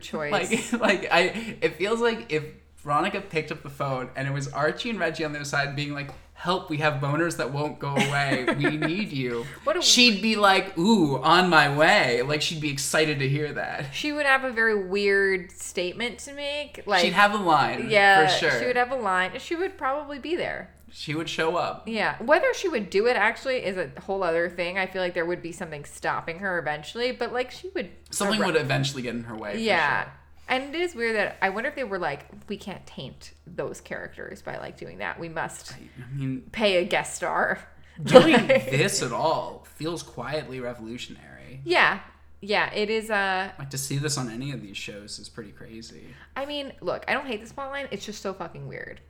B: like
C: choice.
B: like I it feels like if Veronica picked up the phone and it was Archie and Reggie on their side being like help we have boners that won't go away we need you
C: What a-
B: she'd be like ooh on my way like she'd be excited to hear that
C: she would have a very weird statement to make. Like
B: she'd have a line
C: yeah,
B: for sure
C: she would have a line. She would probably be there.
B: she would show up
C: Yeah, whether she would do it actually is a whole other thing. I feel like there would be something stopping her eventually, but like she would
B: something
C: arri-
B: would eventually get in her way for
C: Yeah.
B: sure.
C: And it is weird that I wonder if they were like, we can't taint those characters by like doing that. We must
B: I mean
C: pay a guest star.
B: doing this at all feels quietly revolutionary
C: yeah. Yeah, it is uh
B: like to see this on any of these shows is pretty crazy
C: I mean, look, I don't hate this plotline. It's just so fucking weird.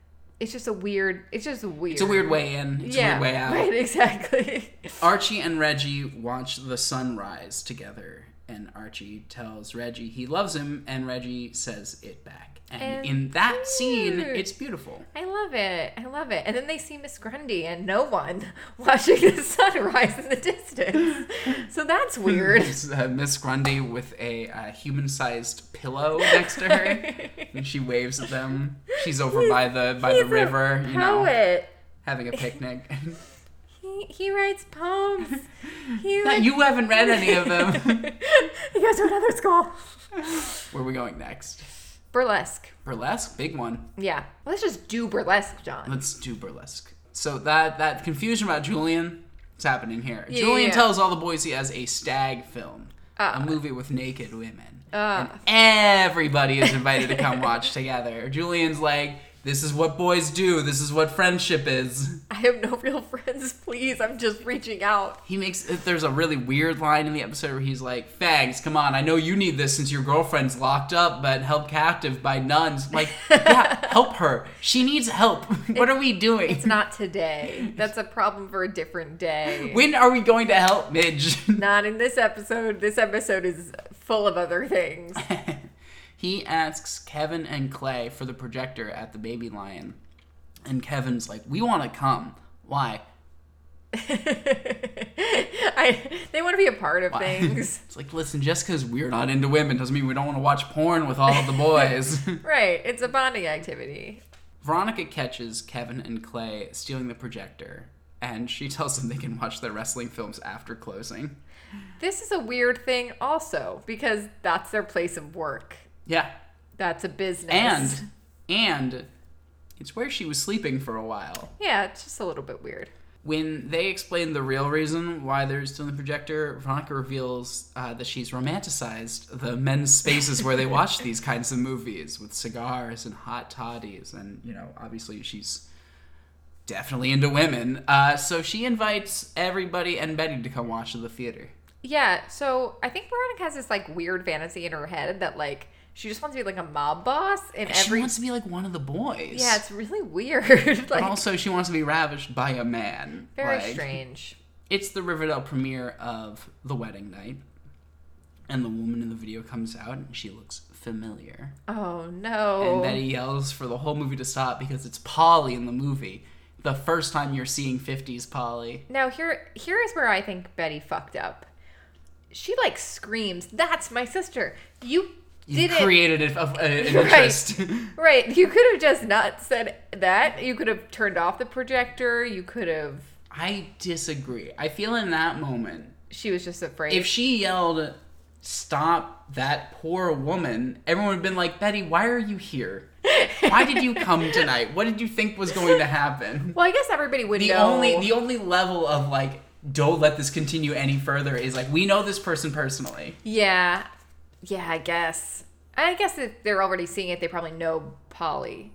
C: It's just a weird it's just weird.
B: it's a weird way in it's
C: yeah,
B: a weird way out
C: Right, exactly.
B: Archie and Reggie watch the sunrise together, and Archie tells Reggie he loves him, and Reggie says it back. And,
C: And
B: in that scene,
C: cute.
B: it's beautiful.
C: I love it. I love it. And then they see Miss Grundy and no one watching the sunrise in the distance. So that's weird.
B: It's, uh, Miss Grundy with a uh, human-sized pillow next to her, and she waves at them. She's over by the by
C: He's
B: the
C: a
B: river, you know,
C: Poet.
B: having a picnic.
C: He, he writes poems. He
B: Not-
C: like-
B: you haven't read any of them.
C: he goes to another school.
B: Where are we going next?
C: Burlesque.
B: Burlesque, big one.
C: Yeah. Let's just do burlesque, John.
B: Let's do burlesque. So that that confusion about Julian, it's happening here.
C: Yeah,
B: Julian
C: yeah, yeah.
B: tells all the boys he has a stag film,
C: Ah.
B: a movie with naked women,
C: Ah.
B: and everybody is invited to come watch together. Julian's like, "This is what boys do. This is what friendship is."
C: I have no real friends, please. I'm just reaching out.
B: He makes there's a really weird line in the episode where he's like, "Fags, come on! I know you need this since your girlfriend's locked up but held captive by nuns." Like, yeah, help her. She needs help. what are we doing?
C: It's not today. That's a problem for a different day.
B: When are we going to help Midge?
C: not in this episode. This episode is full of other things.
B: he asks Kevin and Clay for the projector at the Baby Lion. And Kevin's like, We want to come. Why?
C: I, they want to be a part of
B: Why?
C: things.
B: It's like, listen, just because we're not into women doesn't mean we don't want to watch porn with all of the boys.
C: Right. It's a bonding activity.
B: Veronica catches Kevin and Clay stealing the projector, and she tells them they can watch their wrestling films after closing.
C: This is a weird thing, also, because that's their place of work.
B: Yeah.
C: That's a business.
B: And, and it's where she was sleeping for a while.
C: yeah, it's just a little bit weird.
B: When they explain the real reason why they're stealing the projector, Veronica reveals uh, that she's romanticized the men's spaces where they watch these kinds of movies with cigars and hot toddies. And, you know, obviously she's definitely into women. Uh, so she invites everybody and Betty to come watch the theater.
C: Yeah, so I think Veronica has this like weird fantasy in her head that like she just wants to be like a mob boss in
B: she
C: every.
B: wants to be like one of the boys.
C: Yeah, it's really weird.
B: But
C: like
B: also, she wants to be ravished by a man.
C: very
B: Like,
C: strange.
B: It's the Riverdale premiere of The Wedding Night, and the woman in the video comes out, and she looks familiar.
C: Oh no.
B: And Betty yells for the whole movie to stop because it's Polly in the movie. The first time you're seeing 50s Polly.
C: Now here here is where I think Betty fucked up. She like screams, "That's my sister." You,
B: You
C: didn't
B: created a, a- an
C: Right.
B: interest.
C: right. You could have just not said that. You could have turned off the projector. You could have.
B: I disagree. I feel in that moment,
C: She was just afraid.
B: if she yelled, "Stop that poor woman!" Everyone would have been like, "Betty, why are you here? Why did you come tonight? What did you think was going to happen?"
C: well, I guess everybody would
B: The
C: know.
B: only the only level of like, don't let this continue any further is like, we know this person personally.
C: yeah, yeah. I guess. I guess if they're already seeing it, they probably know Polly.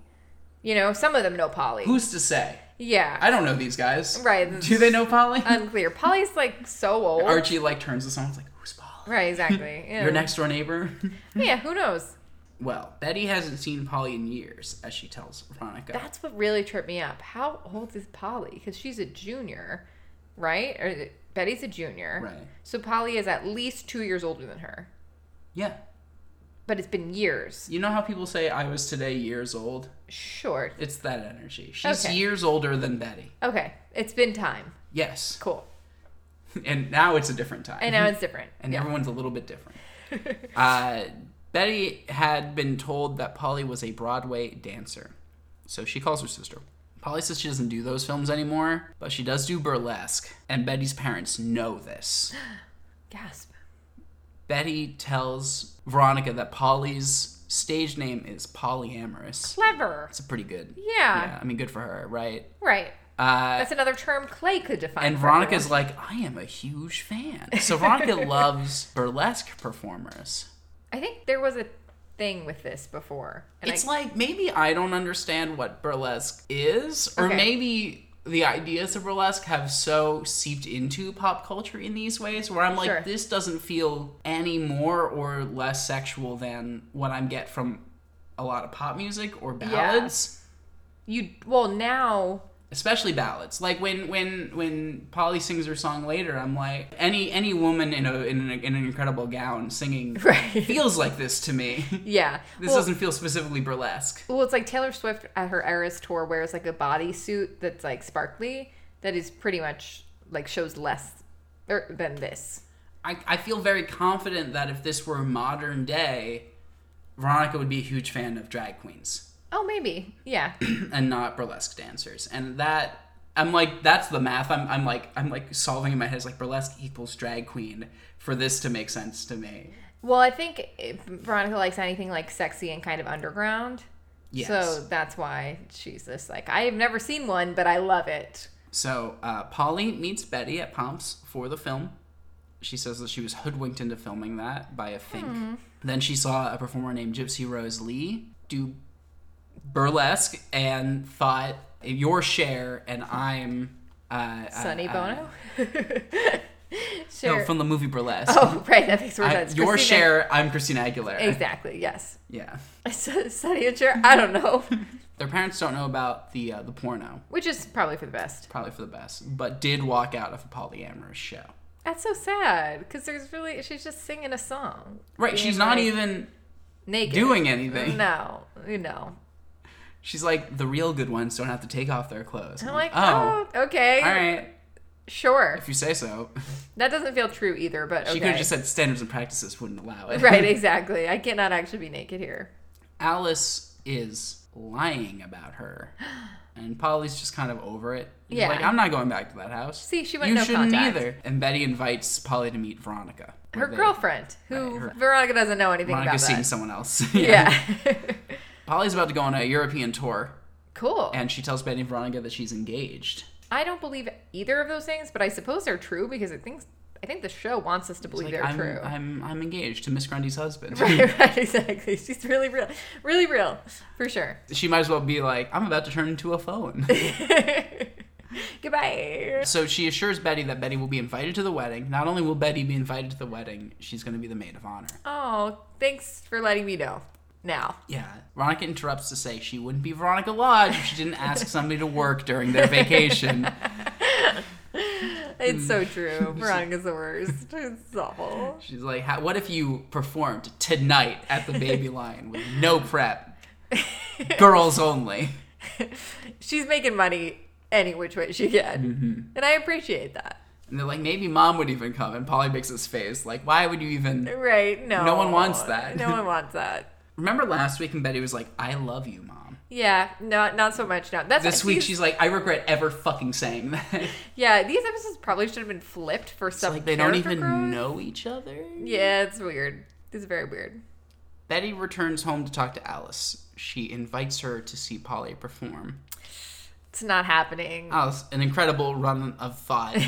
C: You know, some of them know Polly.
B: Who's to say?
C: yeah,
B: I don't know these guys.
C: Right.
B: Do they know Polly?
C: unclear. Polly's like so old.
B: Archie like turns to someone's like, "Who's Polly?
C: right. Exactly. Yeah.
B: Your next door neighbor."
C: Yeah. Who knows?
B: well, Betty hasn't seen Polly in years, as she tells Veronica.
C: That's what really tripped me up. How old is Polly? Because she's a junior, right? Or Betty's a junior.
B: Right.
C: So Polly is at least two years older than her.
B: yeah.
C: But it's been years.
B: You know how people say I was today years old?
C: Sure.
B: It's that energy. She's
C: Okay.
B: years older than Betty.
C: Okay. It's been time.
B: Yes.
C: Cool.
B: And now it's a different time.
C: And now it's different.
B: Mm-hmm. And
C: Yeah.
B: everyone's a little bit different. uh, Betty had been told that Polly was a Broadway dancer. So she calls her sister. Polly says she doesn't do those films anymore, but she does do burlesque. And Betty's parents know this.
C: Gasp.
B: Betty tells Veronica that Polly's stage name is polyamorous.
C: Clever.
B: It's a pretty good.
C: Yeah.
B: Yeah, I mean, good for her, right?
C: Right.
B: Uh,
C: That's another term Clay could define.
B: And
C: for
B: Veronica's
C: everyone.
B: like, I am a huge fan. So Veronica loves burlesque performers.
C: I think there was a thing with this before. And
B: it's
C: I,
B: like maybe I don't understand what burlesque is, or
C: Okay.
B: maybe the ideas of burlesque have so seeped into pop culture in these ways where I'm like,
C: Sure.
B: this doesn't feel any more or less sexual than what I get from a lot of pop music or ballads.
C: you well now
B: especially ballads. Like when when when Polly sings her song later, I'm like any any woman in a in, a, in an incredible gown singing
C: Right.
B: feels like this to me.
C: yeah.
B: This
C: well,
B: doesn't feel specifically burlesque.
C: Well, it's like Taylor Swift at her Eras tour wears like a bodysuit that's like sparkly that is pretty much like shows less er, than this.
B: I, I feel very confident that if this were modern day, Veronica would be a huge fan of drag queens
C: Oh, maybe. Yeah.
B: and not burlesque dancers. And that I'm like that's the math. I'm I'm like I'm like solving in my head is like burlesque equals drag queen for this to make sense to me.
C: well, I think eh, Veronica likes anything like sexy and kind of underground.
B: Yes.
C: So that's why she's this like, I have never seen one, but I love it.
B: So uh, Polly meets Betty at Pomps for the film. She says that she was hoodwinked into filming that by a fink.
C: Hmm.
B: Then she saw a performer named Gypsy Rose Lee do burlesque and thought, "Your share," and I'm uh,
C: Sonny
B: uh,
C: Bono?
B: uh,
C: sure.
B: no, from the movie Burlesque.
C: oh, right. That makes more
B: I-
C: sense.
B: your
C: Christina-
B: share. I'm Christina Aguilera.
C: Exactly. Yes.
B: Yeah.
C: Sunny and Cher. I don't know.
B: Their parents don't know about the uh, the porno,
C: Which is probably for the best.
B: probably for the best, but did walk out of a polyamorous show.
C: That's so sad because there's really she's just singing a song
B: Right.
C: Being
B: She's not
C: like-
B: even
C: naked,
B: doing anything.
C: No, you know.
B: She's like, the real good ones don't have to take off their clothes.
C: I'm like, oh, okay,
B: all right.
C: Sure.
B: If you say so.
C: That doesn't feel true either, but okay.
B: She could have just said standards and practices wouldn't allow it.
C: right, exactly. I cannot actually be naked here.
B: Alice is lying about her. And Polly's just kind of over it. She's
C: Yeah.
B: Like, I'm not going back to that house.
C: See, she went
B: You
C: no
B: shouldn't
C: contact.
B: either. And Betty invites Polly to meet Veronica.
C: Her
B: They-
C: girlfriend, who
B: Right, her-
C: Veronica doesn't know anything
B: Veronica's
C: about
B: seeing
C: that.
B: someone else.
C: yeah.
B: Polly's about to go on a European tour,
C: cool.
B: and she tells Betty and Veronica that she's engaged.
C: I don't believe either of those things, but I suppose they're true because I think I think the show wants us to
B: It's
C: believe
B: like,
C: they're
B: I'm,
C: true.
B: I'm, I'm engaged to Miss Grundy's husband.
C: right, right, exactly. She's really real, really real, for sure.
B: she might as well be like, I'm about to turn into a phone.
C: Goodbye.
B: so she assures Betty that Betty will be invited to the wedding. Not only will Betty be invited to the wedding, she's going to be the maid of honor.
C: Oh, thanks for letting me know. Now,
B: Yeah. Veronica interrupts to say she wouldn't be Veronica Lodge if she didn't ask somebody to work during their vacation.
C: it's so true. Veronica's the worst. It's awful.
B: She's like, "How- what if you performed tonight at the Baby Lion with no prep? Girls only.
C: She's making money any which way she can, and I appreciate that.
B: And they're like, maybe mom would even come. And Polly makes his face like, why would you even?
C: Right? No.
B: No one wants that.
C: No one wants that.
B: Remember last week and Betty was like, I love you, mom.
C: Yeah, not not so much now. That's
B: This week
C: these-
B: she's like, I regret ever fucking saying that.
C: Yeah, these episodes probably should have been flipped for some.
B: like they don't
C: character
B: even
C: growth.
B: know each other.
C: Yeah, it's weird. It's very weird.
B: Betty returns home to talk to Alice. She invites her to see Polly perform.
C: It's not happening.
B: Alice, an incredible run of thought. uh,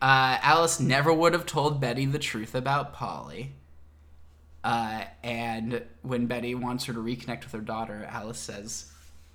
B: Alice never would have told Betty the truth about Polly. Uh, and when Betty wants her to reconnect with her daughter, Alice says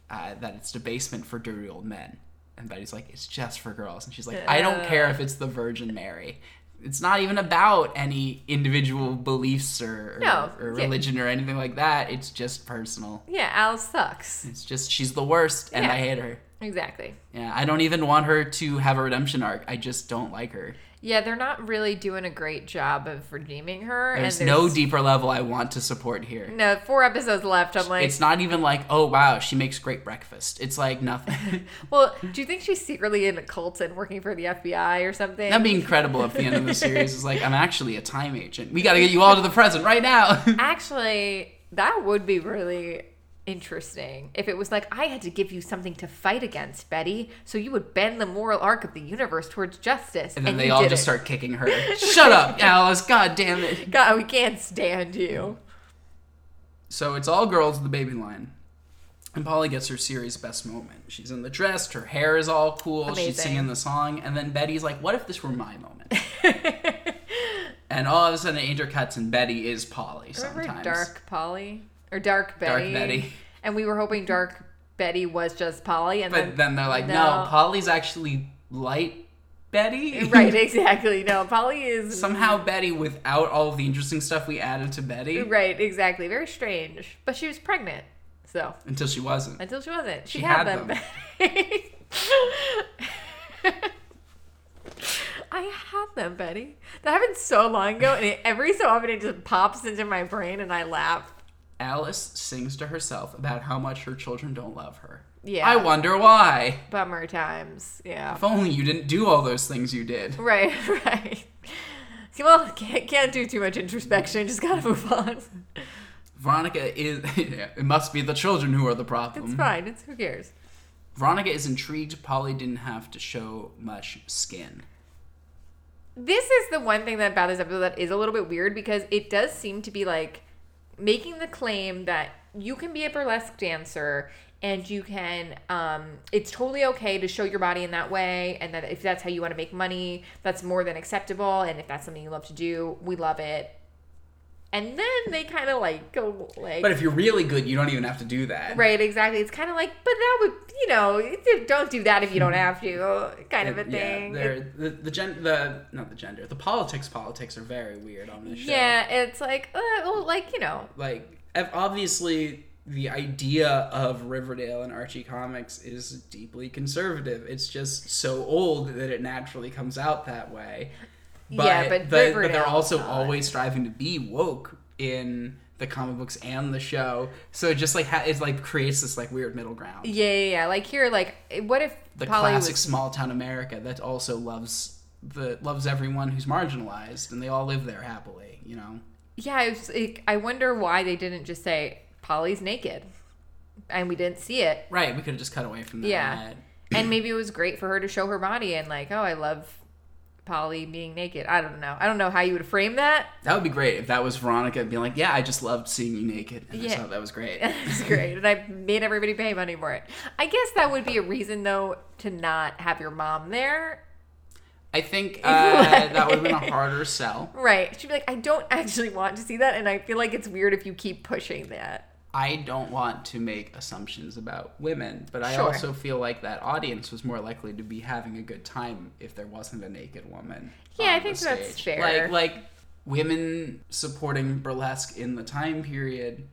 B: uh, that it's debasement for dirty old men. And Betty's like, it's just for girls. And she's like, I don't care if it's the Virgin Mary. It's not even about any individual beliefs or, or,
C: No,
B: or
C: yeah.
B: religion or anything like that. It's just personal.
C: yeah, Alice sucks.
B: It's just, she's the worst and
C: Yeah.
B: I hate her.
C: Exactly.
B: Yeah, I don't even want her to have a redemption arc. I just don't like her.
C: Yeah, they're not really doing a great job of redeeming her.
B: There's,
C: and
B: no deeper level I want to support here.
C: no four episodes left. I'm like,
B: it's not even like, oh wow, she makes great breakfast. It's like nothing.
C: well, do you think she's secretly in a cult and working for the FBI or something?
B: That'd be incredible if the end of the series is like, I'm actually a time agent. We gotta get you all to the present right now.
C: Actually, that would be really interesting if it was like I had to give you something to fight against, Betty, so you would bend the moral arc of the universe towards justice.
B: and then they
C: you
B: all
C: did
B: just
C: it.
B: start kicking her. Shut up, Alice. God damn it.
C: God, we can't stand you.
B: So it's all girls in the baby line. And Polly gets her series best moment. She's in the dress, her hair is all cool, she's
C: Amazing.
B: singing the song, and then Betty's like, What if this were my moment? and all of a sudden it intercuts and Betty is Polly
C: Remember
B: sometimes.
C: Dark Polly or Dark Betty?
B: Betty.
C: And we were hoping Dark Betty was just Polly, and
B: But
C: then
B: then they're like, No,
C: No.
B: Polly's actually light Betty.
C: right, exactly. No, Polly is
B: Somehow Betty without all of the interesting stuff we added to Betty
C: right, exactly. Very strange, but she was pregnant, so
B: until she wasn't.
C: Until she wasn't. She,
B: She
C: had,
B: had
C: them. I had them, Betty. That happened so long ago, and it, every so often it just pops into my brain, and I laugh.
B: Alice sings to herself about how much her children don't love her.
C: Yeah.
B: I wonder why.
C: Bummer times. Yeah.
B: If only you didn't do all those things you did.
C: Right, right. See, well, can't, can't do too much introspection. Just gotta move on.
B: Veronica is. it must be the children who are the problem.
C: It's fine. It's who cares.
B: Veronica is intrigued. Polly didn't have to show much skin.
C: This is the one thing that about this episode that is a little bit weird because it does seem to be like making the claim that you can be a burlesque dancer and you can um it's totally okay to show your body in that way and that if that's how you want to make money that's more than acceptable and if that's something you love to do we love it and then they kind of like go like
B: But if you're really good, you don't even have to do that.
C: right exactly it's kind of like but that would you know don't do that if you don't have to kind of a
B: Yeah,
C: thing
B: they're, the the gen the not the gender the politics politics are very weird on this show.
C: yeah it's like uh, well like you know
B: like ev- obviously the idea of Riverdale and Archie comics is deeply conservative. It's just so old that it naturally comes out that way.
C: Yeah, but
B: the- but
C: Riverdale
B: they're also
C: is not.
B: always striving to be woke in the comic books and the show. So it just like ha- it like creates this like weird middle ground.
C: Yeah, yeah, yeah. Like here, like eh, what if
B: The
C: Polly
B: classic
C: was
B: small town America that also loves the loves everyone who's marginalized and they all live there happily, you know.
C: Yeah, it was, like, I wonder why they didn't just say Polly's naked, and we didn't see it.
B: Right, we could have just cut away from that.
C: Yeah. And maybe it was great for her to show her body and like, oh, I love Polly being naked. I don't know. I don't know how you would frame that.
B: That would be great if that was Veronica being like, "Yeah, I just loved seeing you naked." And I
C: Yeah.
B: thought that was great.
C: it's great, and I made everybody pay money for it. I guess that would be a reason though to not have your mom there.
B: I think uh, that would have been a harder sell.
C: Right. She'd be like, I don't actually want to see that, and I feel like it's weird if you keep pushing that.
B: I don't want to make assumptions about women, but I
C: Sure.
B: also feel like that audience was more likely to be having a good time if there wasn't a naked woman.
C: Yeah, I
B: on the
C: think that's
B: stage.
C: fair.
B: Like like women supporting burlesque in the time period,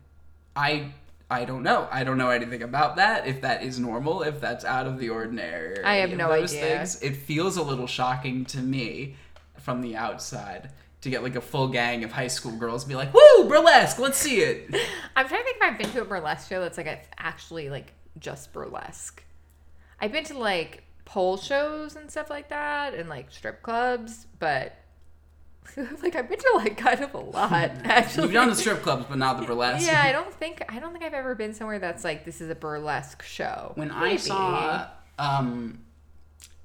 B: I I don't know. I don't know anything about that. If that is normal, if that's out of the ordinary. or
C: I have
B: any of
C: no
B: those
C: idea.
B: Things. It feels a little shocking to me from the outside to get like a full gang of high school girls be like, "Woo, burlesque! Let's see it."
C: I'm trying to think if I've been to a burlesque show that's like a, actually like just burlesque. I've been to like pole shows and stuff like that, and like strip clubs, but like I've been to like kind of a lot actually.
B: You've done the strip clubs, but not the burlesque.
C: yeah, I don't think I don't think I've ever been somewhere that's like this is a burlesque show.
B: When I
C: Maybe.
B: saw um,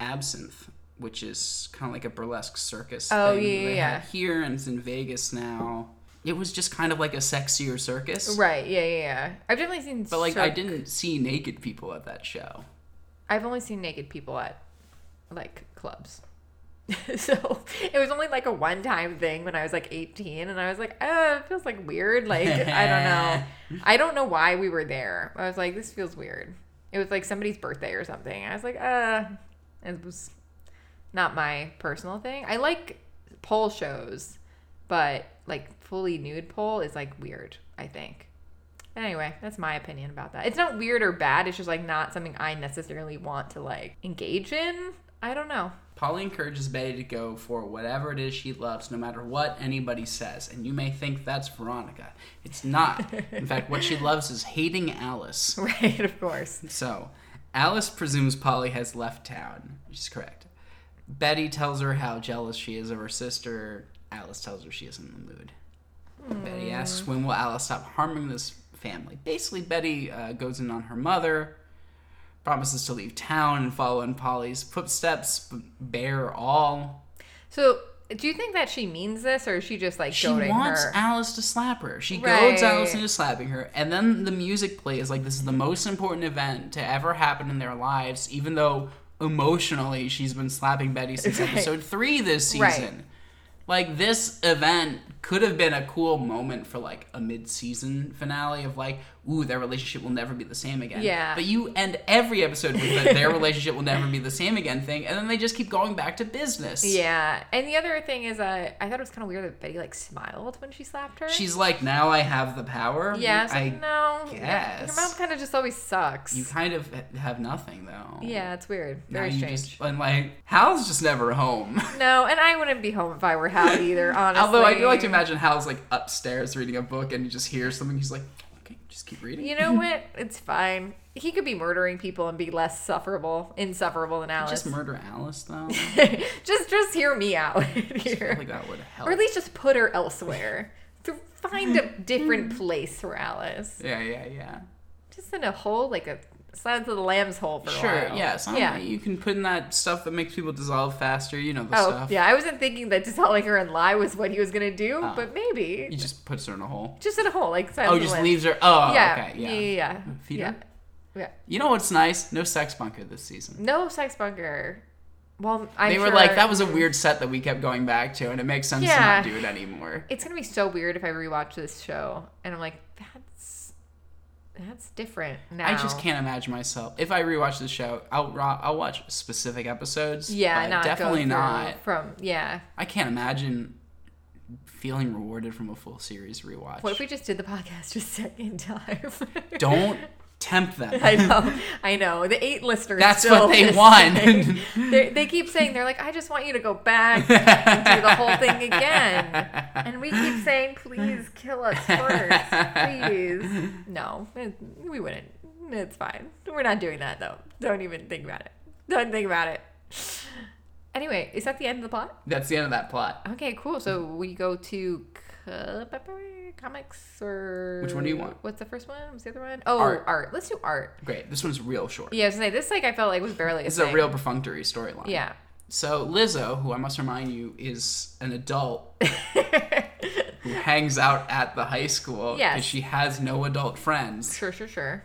B: Absinthe, which is kind of like a burlesque circus.
C: Oh,
B: thing
C: yeah,
B: they
C: yeah,
B: had Here and it's in Vegas now. It was just kind of like a sexier circus.
C: right, yeah, yeah, yeah. I've definitely seen,
B: But like, I
C: circ-
B: didn't see naked people at that show.
C: I've only seen naked people at like clubs. so it was only like a one time thing when I was like 18 and I was like, oh, it feels like weird. Like, I don't know. I don't know why we were there. I was like, this feels weird. It was like somebody's birthday or something. I was like, uh, it was not my personal thing. I like pole shows, but like fully nude pole is like weird, I think. Anyway, that's my opinion about that. It's not weird or bad. It's just like not something I necessarily want to like engage in. I don't know.
B: Polly encourages Betty to go for whatever it is she loves, no matter what anybody says. And you may think that's Veronica. It's not. In fact, what she loves is hating Alice.
C: Right, of course.
B: So, Alice presumes Polly has left town, which is correct. Betty tells her how jealous she is of her sister. Alice tells her she isn't in the mood. Betty asks, when will Alice stop harming this family? Basically, Betty uh, goes in on her mother, promises to leave town and follow in Polly's footsteps, b- bear all.
C: So, do you think that she means this or is she just like
B: She
C: goading
B: wants
C: her?
B: Alice to slap her. She
C: Right.
B: goads Alice into slapping her, and then the music plays like this is the most important event to ever happen in their lives, even though emotionally she's been slapping Betty since
C: Right.
B: episode three this season.
C: Right.
B: Like this event could have been a cool moment for like a mid-season finale of like, ooh, their relationship will never be the same again.
C: Yeah.
B: But you end every episode with the, their relationship will never be the same again thing, and then they just keep going back to business.
C: yeah. And the other thing is, uh, I thought it was kind of weird that Betty like smiled when she slapped her.
B: She's like, now I have the power.
C: yeah. I was
B: I
C: like, no. yeah,
B: guess.
C: Your mom kind of just always sucks.
B: You kind of ha- have nothing though.
C: yeah, it's weird.
B: Now
C: Very
B: you
C: strange.
B: just- and like Hal's just never home.
C: No, and I wouldn't be home if I were Hal either, honestly.
B: Although I do like to imagine Hal's like upstairs reading a book and he just hears something. He's like, okay, just keep reading.
C: You know what? It's fine. He could be murdering people and be less sufferable, insufferable than Alice.
B: just murder Alice though.
C: just, just hear me out
B: I
C: here,
B: think that would help.
C: or at least just put her elsewhere. to find a different place for Alice.
B: yeah, yeah, yeah.
C: Just in a hole, like a silence of the lambs hole for a
B: Sure.
C: while.
B: Yeah. Something that you can put in that stuff that makes people dissolve faster. You know the
C: Oh,
B: stuff.
C: yeah. I wasn't thinking that dissolving her in lie was what he was gonna do,
B: Oh.
C: but
B: He
C: maybe
B: just puts her in a hole.
C: just in a hole, like silence
B: Oh,
C: of the
B: just
C: lambs.
B: leaves her. Oh,
C: Yeah,
B: okay. Yeah.
C: yeah, yeah, yeah.
B: Feed
C: yeah.
B: her?
C: Yeah.
B: You know what's nice? No sex bunker this season.
C: No sex bunker. Well, I'm
B: they were
C: sure-
B: like, that was a weird set that we kept going back to, and it makes sense to
C: Yeah.
B: not do it anymore.
C: It's gonna be so weird if I rewatch this show and I'm like, that's that's different now.
B: I just can't imagine myself. If I rewatch the show, I'll ro- I'll watch specific episodes.
C: Yeah,
B: but
C: not go
B: definitely
C: through
B: not.
C: from yeah.
B: I can't imagine feeling rewarded from a full series rewatch.
C: What if we just did the podcast a second time?
B: Don't tempt them.
C: I know, I know. The eight listeners.
B: That's
C: still
B: what they
C: just
B: want.
C: say- they they keep saying they're like, I just want you to go back and do the whole thing again, and we keep saying, please kill us first, please. No, it- we wouldn't. It's fine. We're not doing that though. Don't even think about it. Don't think about it. Anyway, is that the end of the plot?
B: That's the end of that plot.
C: Okay, cool. So
B: Mm-hmm.
C: we go to co- comics or
B: Which one do you want?
C: What's the first one? What's the other one? Oh,
B: Art.
C: art. Let's do art.
B: Great. This one's real short.
C: Yeah, I was gonna say this like I felt like was barely. A
B: It's a
C: thing.
B: real perfunctory storyline.
C: Yeah.
B: So Lizzo, who I must remind you is an adult who hangs out at the high school because
C: Yes.
B: she has no adult friends,
C: sure, sure, sure.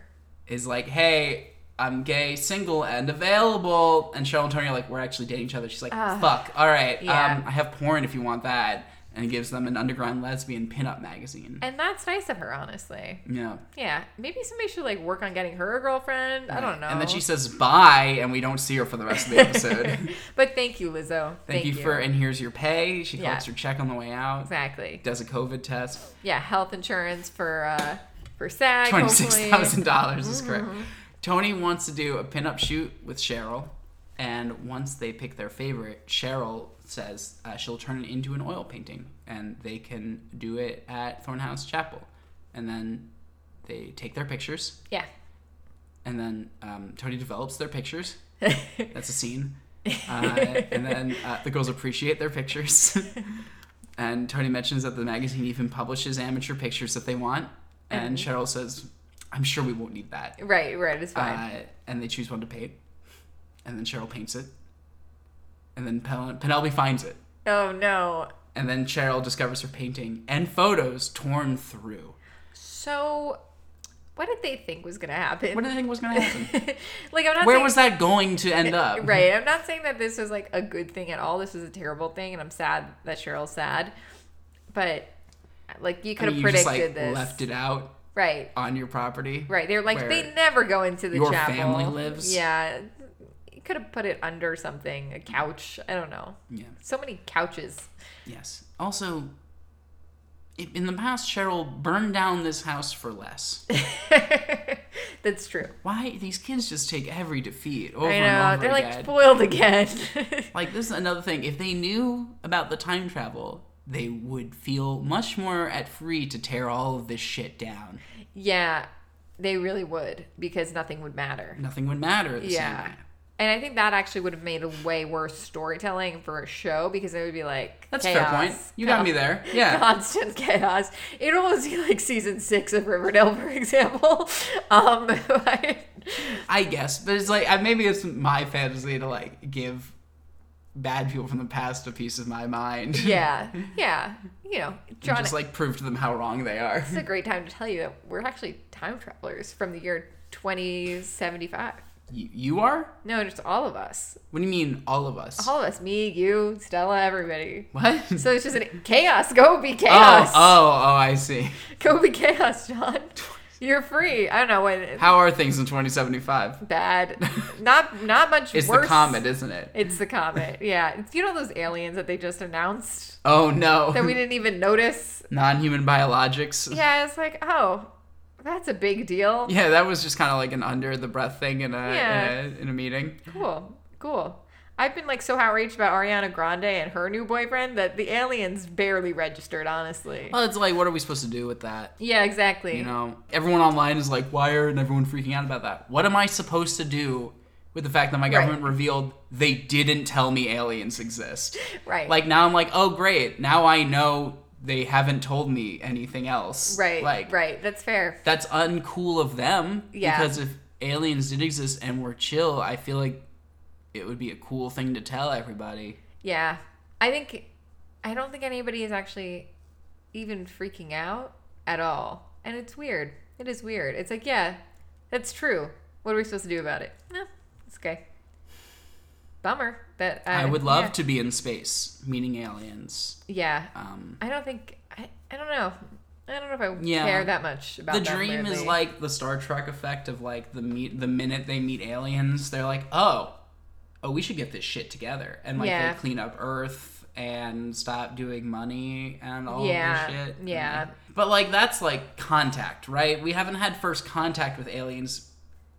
B: is like, hey, I'm gay, single, and available. And Cheryl and Tony are like, we're actually dating each other. She's like,
C: Ah.
B: fuck, all right,
C: Yeah.
B: um, I have porn if you want that. And gives them an underground lesbian pinup magazine.
C: And that's nice of her, honestly.
B: yeah.
C: Yeah. Maybe somebody should like work on getting her a girlfriend. I don't know.
B: And then she says bye, and we don't see her for the rest of the episode. Thank,
C: But thank you, Lizzo. Thank,
B: you, for, and here's your pay. She
C: Yeah.
B: collects her check on the way out,
C: exactly.
B: does a COVID test.
C: Yeah, health insurance for uh for SAG.
B: Twenty-six
C: hopefully.
B: thousand dollars is correct. Tony wants to do a pinup shoot with Cheryl, and once they pick their favorite, Cheryl says uh, she'll turn it into an oil painting, and they can do it at Thornhouse Chapel. And then they take their pictures,
C: Yeah.
B: and then um, Tony develops their pictures. That's a scene. Uh, and then uh, the girls appreciate their pictures. and Tony mentions that the magazine even publishes amateur pictures if they want. And
C: Mm-hmm.
B: Cheryl says, I'm sure we won't need that.
C: Right, right, it's fine.
B: Uh, and they choose one to paint. And then Cheryl paints it. And then Pen- Penelope finds it.
C: oh no.
B: And then Cheryl discovers her painting and photos torn through.
C: So what did they think was gonna happen?
B: What do they think was going to happen?
C: like I'm not
B: Where
C: saying-
B: was that going to end up?
C: Right. I'm not saying that this was like a good thing at all. This was a terrible thing, and I'm sad that Cheryl's sad. But like you
B: I
C: could
B: mean, you
C: have
B: just
C: predicted
B: like
C: this.
B: left it out
C: Right.
B: on your property.
C: Right. They're like they
B: where
C: never go into the
B: your
C: chapel.
B: family lives.
C: Yeah. You could have put it under something, a couch. I don't know.
B: Yeah.
C: So many couches.
B: Yes. Also, i- in the past, Cheryl burned down this house for less.
C: That's true.
B: Why these kids just take every defeat over
C: I
B: and
C: know.
B: over
C: They're like
B: again?
C: spoiled again.
B: like this is another thing. If they knew about the time travel, they would feel much more at free to tear all of this shit down.
C: yeah. They really would because nothing would matter.
B: Nothing would matter. The
C: Yeah.
B: Same way.
C: And I think that actually would have made a way worse storytelling for a show because it would be like
B: That's a
C: chaos,
B: fair point. You got me
C: chaos,
B: there. Yeah.
C: Constant chaos. It would almost be like season six of Riverdale, for example. Um, like-
B: I guess, but it's like I- maybe it's my fantasy to like give bad people from the past a piece of my mind.
C: yeah, yeah. You know,
B: And
C: John,
B: just like prove to them how wrong they are.
C: this is a great time to tell you that we're actually time travelers from the year 2075.
B: You, you are?
C: No, just all of us.
B: What do you mean, all of us?
C: All of us. Me, you, Stella, everybody.
B: what?
C: So it's just an chaos. Go be
B: oh,
C: chaos.
B: oh, oh, I see.
C: Go be chaos, John. You're free. I don't know when.
B: How are things in 2075?
C: bad. Not not much
B: It's
C: worse.
B: the comet, isn't it?
C: It's the comet. Yeah. It's, you know those aliens that they just announced
B: Oh no.
C: that we didn't even notice.
B: Non-human biologics.
C: Yeah, it's like oh, that's a big deal.
B: Yeah, that was just kind of like an under the breath thing in a,
C: Yeah.
B: in a in a meeting.
C: Cool, cool. I've been like so outraged about Ariana Grande and her new boyfriend that the aliens barely registered. Honestly.
B: Well, it's like, what are we supposed to do with that?
C: yeah, exactly.
B: You know, everyone online is like, why are and everyone freaking out about that? What am I supposed to do with the fact that my
C: Right.
B: government revealed they didn't tell me aliens exist?
C: right.
B: Like now I'm like, oh great, now I know they haven't told me anything else.
C: right.
B: Like
C: right. That's fair.
B: that's uncool of them.
C: Yeah.
B: Because if aliens did exist and were chill, I feel like it would be a cool thing to tell everybody.
C: Yeah. I think I don't think anybody is actually even freaking out at all. And it's weird. It is weird. It's like, yeah, that's true. What are we supposed to do about it? No, it's okay. Bummer. But uh,
B: I would love
C: yeah.
B: to be in space, meeting aliens.
C: Yeah.
B: Um,
C: I don't think I, I don't know. I don't know if I
B: Yeah.
C: care that much about
B: the
C: them,
B: dream is
C: weirdly.
B: like the Star Trek effect of like the meet the minute they meet aliens, they're like, oh, oh, we should get this shit together, and like
C: Yeah.
B: they clean up Earth and stop doing money and all
C: Yeah,
B: of this shit.
C: yeah.
B: But like that's like contact, right? We haven't had first contact with aliens.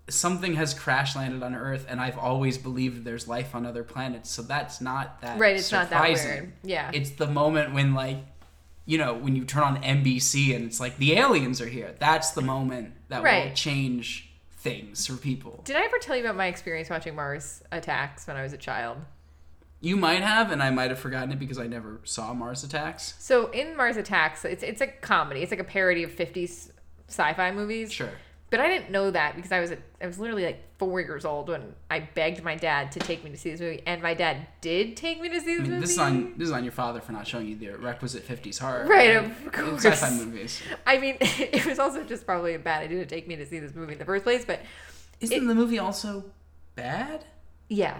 B: Something has crash landed on Earth, and I've always believed there's life on other planets. So that's not that
C: Right, it's not that
B: surprising.
C: weird. Yeah.
B: It's the moment when like you know, when you turn on NBC and it's like the aliens are here. That's the moment that will
C: Right.
B: change things for people.
C: Did I ever tell you about my experience watching Mars Attacks when I was a child?
B: You might have, and I might have forgotten it because I never saw Mars Attacks.
C: So in Mars Attacks, it's it's a comedy. It's like a parody of 50s sci-fi movies.
B: Sure.
C: But I didn't know that because I was a, I was literally like 4 years old when I begged my dad to take me to see this movie and my dad did take me to see
B: I
C: this
B: mean,
C: movie.
B: this is on this is on your father for not showing you the requisite fifties horror.
C: Right, of
B: It's
C: course.
B: Sci-fi movies.
C: I mean, it was also just probably a bad idea to take me to see this movie in the first place, but
B: Isn't the movie also bad?
C: yeah.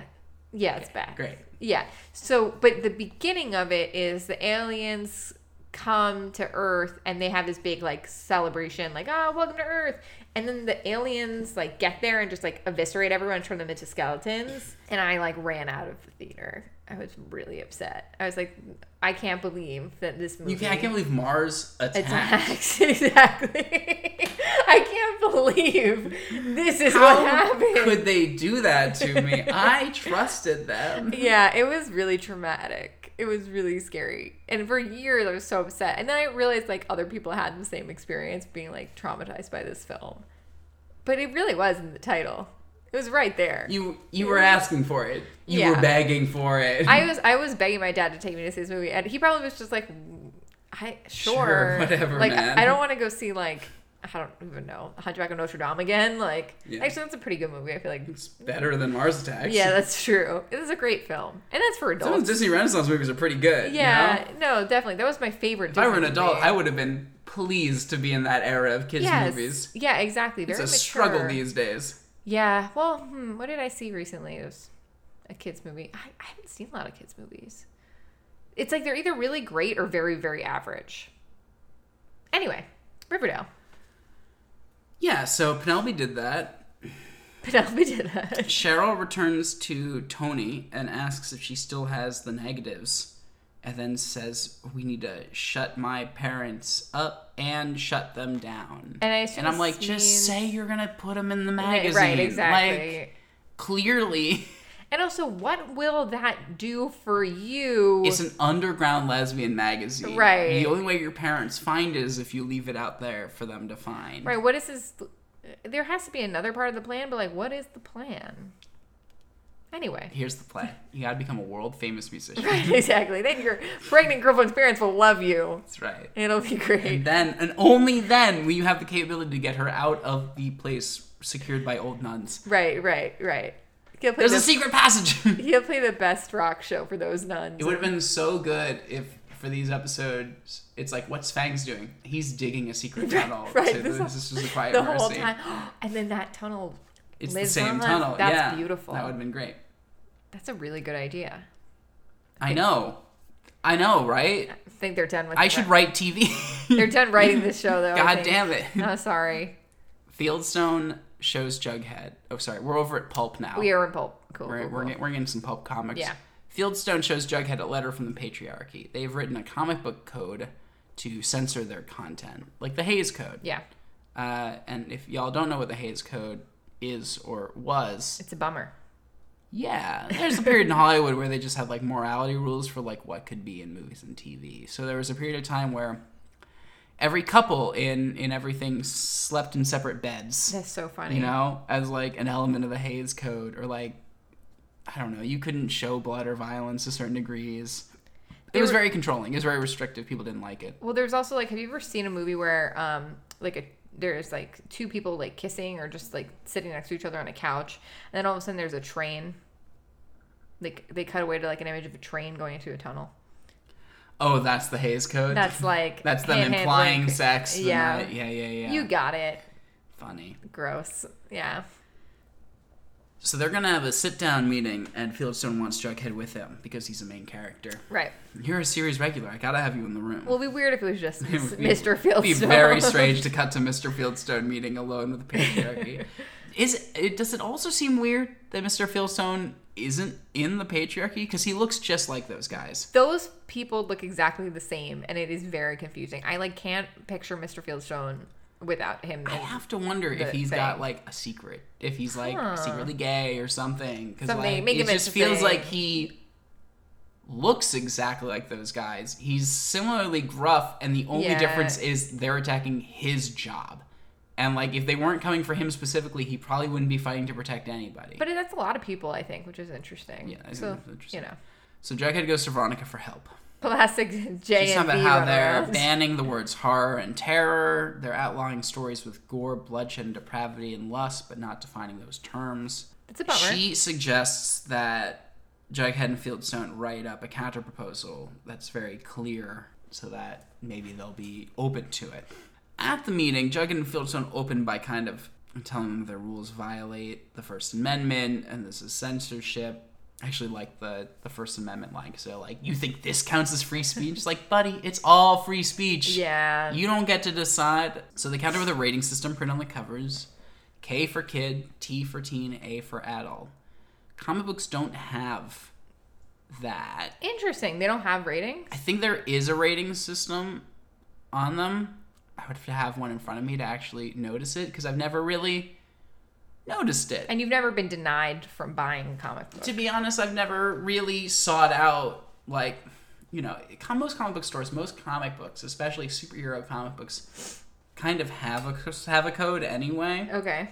C: Yeah, it's bad.
B: Great.
C: Yeah. So, but the beginning of it is the aliens come to Earth and they have this big like celebration, like, oh, welcome to Earth. And then the aliens like get there and just like eviscerate everyone, turn them into skeletons. And I like ran out of the theater. I was really upset. I was like, I can't believe that this movie
B: You can I can't believe Mars Attacks.
C: attacks. exactly. I can't believe this is what
B: How
C: happened.
B: could they do that to me? I trusted them.
C: yeah, it was really traumatic. It was really scary. And for years, I was so upset. And then I realized like other people had the same experience being like traumatized by this film. But it really was in the title, it was right there.
B: You you were asking for it. You were
C: Yeah.
B: begging for it.
C: I was I was begging my dad to take me to see this movie, and he probably was just like, "I sure,
B: Sure, whatever,
C: Like
B: man.
C: I don't want to go see like I don't even know Hunchback of Notre Dame again. Like
B: Yeah.
C: actually, that's a pretty good movie. I feel like
B: it's better than Mars Attacks.
C: yeah, that's true. It is a great film, and that's for
B: Some of
C: adults.
B: the Disney Renaissance movies are pretty good. you know?
C: Yeah, no, definitely. That was my favorite.
B: If I were an
C: Disney
B: adult,
C: movie.
B: I would have been pleased to be in that era of kids'
C: yes.
B: movies.
C: Yeah, exactly. Very
B: It's a
C: mature.
B: struggle these days.
C: Yeah. Well, hmm, what did I see recently? It was a kids movie. I, I haven't seen a lot of kids movies. It's like they're either really great or very, very average. Anyway, Riverdale.
B: Yeah, so Penelope did that.
C: Penelope did that.
B: Cheryl returns to Tony and asks if she still has the negatives, and then says, We need to shut my parents up and shut them down.
C: And I assume
B: I'm like,
C: this
B: Just
C: means-
B: say you're going to put them in the
C: Right,
B: magazine.
C: Right, exactly.
B: Like, clearly,
C: and also, what will that do for you?
B: it's an underground lesbian magazine.
C: Right.
B: The only way your parents find it is if you leave it out there for them to find.
C: right, what is this? There has to be another part of the plan, but like, what is the plan? Anyway.
B: Here's the plan you got to become a world famous musician.
C: Right, exactly. Then your pregnant girlfriend's parents will love you.
B: That's right.
C: It'll be great.
B: And then, and only then, will you have the capability to get her out of the place secured by old nuns.
C: Right, right, right. He'll play,
B: There's a
C: the,
B: secret passage. it
C: he'll play the best rock show for those nuns.
B: would have been so good if, for these episodes, it's like, what's Fangs doing? He's digging a secret tunnel
C: right,
B: to
C: this
B: the
C: whole-
B: Sisters of Quiet
C: the
B: Mercy.
C: whole time. And then that tunnel.
B: It's the
C: lives
B: same
C: on.
B: tunnel.
C: That's
B: yeah,
C: beautiful.
B: That would have been great.
C: That's a really good idea.
B: I know. I know, right?
C: I think they're done with
B: I
C: the-
B: should write TV.
C: They're done writing this show, though. I
B: God
C: think.
B: damn it.
C: Oh, sorry.
B: Fieldstone shows Jughead. Oh, sorry. We're over at Pulp now.
C: We are in pulp. Cool.
B: We're,
C: cool,
B: we're,
C: cool.
B: get- we're getting some pulp comics.
C: Yeah.
B: Fieldstone shows Jughead a letter from the patriarchy. They've written a comic book code to censor their content, like the Hayes Code.
C: Yeah,
B: Uh, and if y'all don't know what the Hayes Code is or was,
C: it's a bummer.
B: yeah, there's a period in Hollywood where they just had like morality rules for like what could be in movies and TV. So there was a period of time where every couple in in everything slept in separate beds
C: That's so funny.
B: you know, as like an element of the Hayes Code, or like I don't know, you couldn't show blood or violence to certain degrees. It
C: They
B: was
C: were-
B: very controlling. It was very restrictive. People didn't like it.
C: Well, there's also like, have you ever seen a movie where um like a there's like two people like kissing or just like sitting next to each other on a couch, and then all of a sudden there's a train. Like they cut away to like an image of a train going into a tunnel.
B: Oh, that's the Hayes Code.
C: That's like
B: that's them
C: panhandling.
B: implying sex.
C: Yeah.
B: Yeah. yeah, yeah, yeah.
C: You got it.
B: funny.
C: Gross. Yeah.
B: So they're gonna have a sit-down meeting, and Fieldstone wants Jughead with him because he's a main character.
C: Right.
B: You're a series regular. I gotta have you in the room.
C: Well, it'd be weird if it was just
B: It would be-
C: Mr. Fieldstone.
B: Be very strange to cut to Mr. Fieldstone meeting alone with the patriarchy. Is it does it also seem weird that Mr. Philstone isn't in the patriarchy because he looks just like those guys?
C: Those people look exactly the same, and it is very confusing. I like can't picture Mr. Fieldstone without him.
B: I
C: in-
B: have to wonder if
C: The
B: he's got
C: Oh, thing.
B: like a secret, if he's like
C: Huh.
B: secretly gay or something. Because
C: Something,
B: like,
C: make
B: it
C: him
B: just feels
C: interesting.
B: like he looks exactly like those guys. He's similarly gruff, and the only
C: Yeah.
B: difference is they're attacking his job. And like, if they weren't coming for him specifically, he probably wouldn't be fighting to protect anybody.
C: But that's a lot of people, I think, which is interesting.
B: Yeah, I think
C: so
B: that's interesting.
C: you know,
B: so Jughead goes to Veronica for help.
C: classic J
B: She's
C: and
B: talking
C: B
B: about how they're
C: runarounds.
B: banning the words horror and terror. They're outlawing stories with gore, bloodshed, and depravity and lust, but not defining those terms.
C: It's a bummer.
B: She suggests that Jughead and Fieldstone write up a counter proposal that's very clear so that maybe they'll be open to it. At the meeting, Jughead and Fieldstone open by kind of telling them their rules violate the First Amendment and this is censorship. I Actually, like the, the First Amendment line, because they're like, you think this counts as free speech? It's like, buddy, it's all free speech.
C: yeah.
B: You don't get to decide. So they counter with a rating system printed on the covers K for kid, T for teen, A for adult. Comic books don't have that.
C: interesting. They don't have ratings.
B: I think there is a rating system on them. I would have to have one in front of me to actually notice it because I've never really noticed it.
C: And you've never been denied from buying a comic book.
B: to be honest, I've never really sought out like you know com- most comic book stores, most comic books, especially superhero comic books, kind of have a have a code anyway.
C: Okay.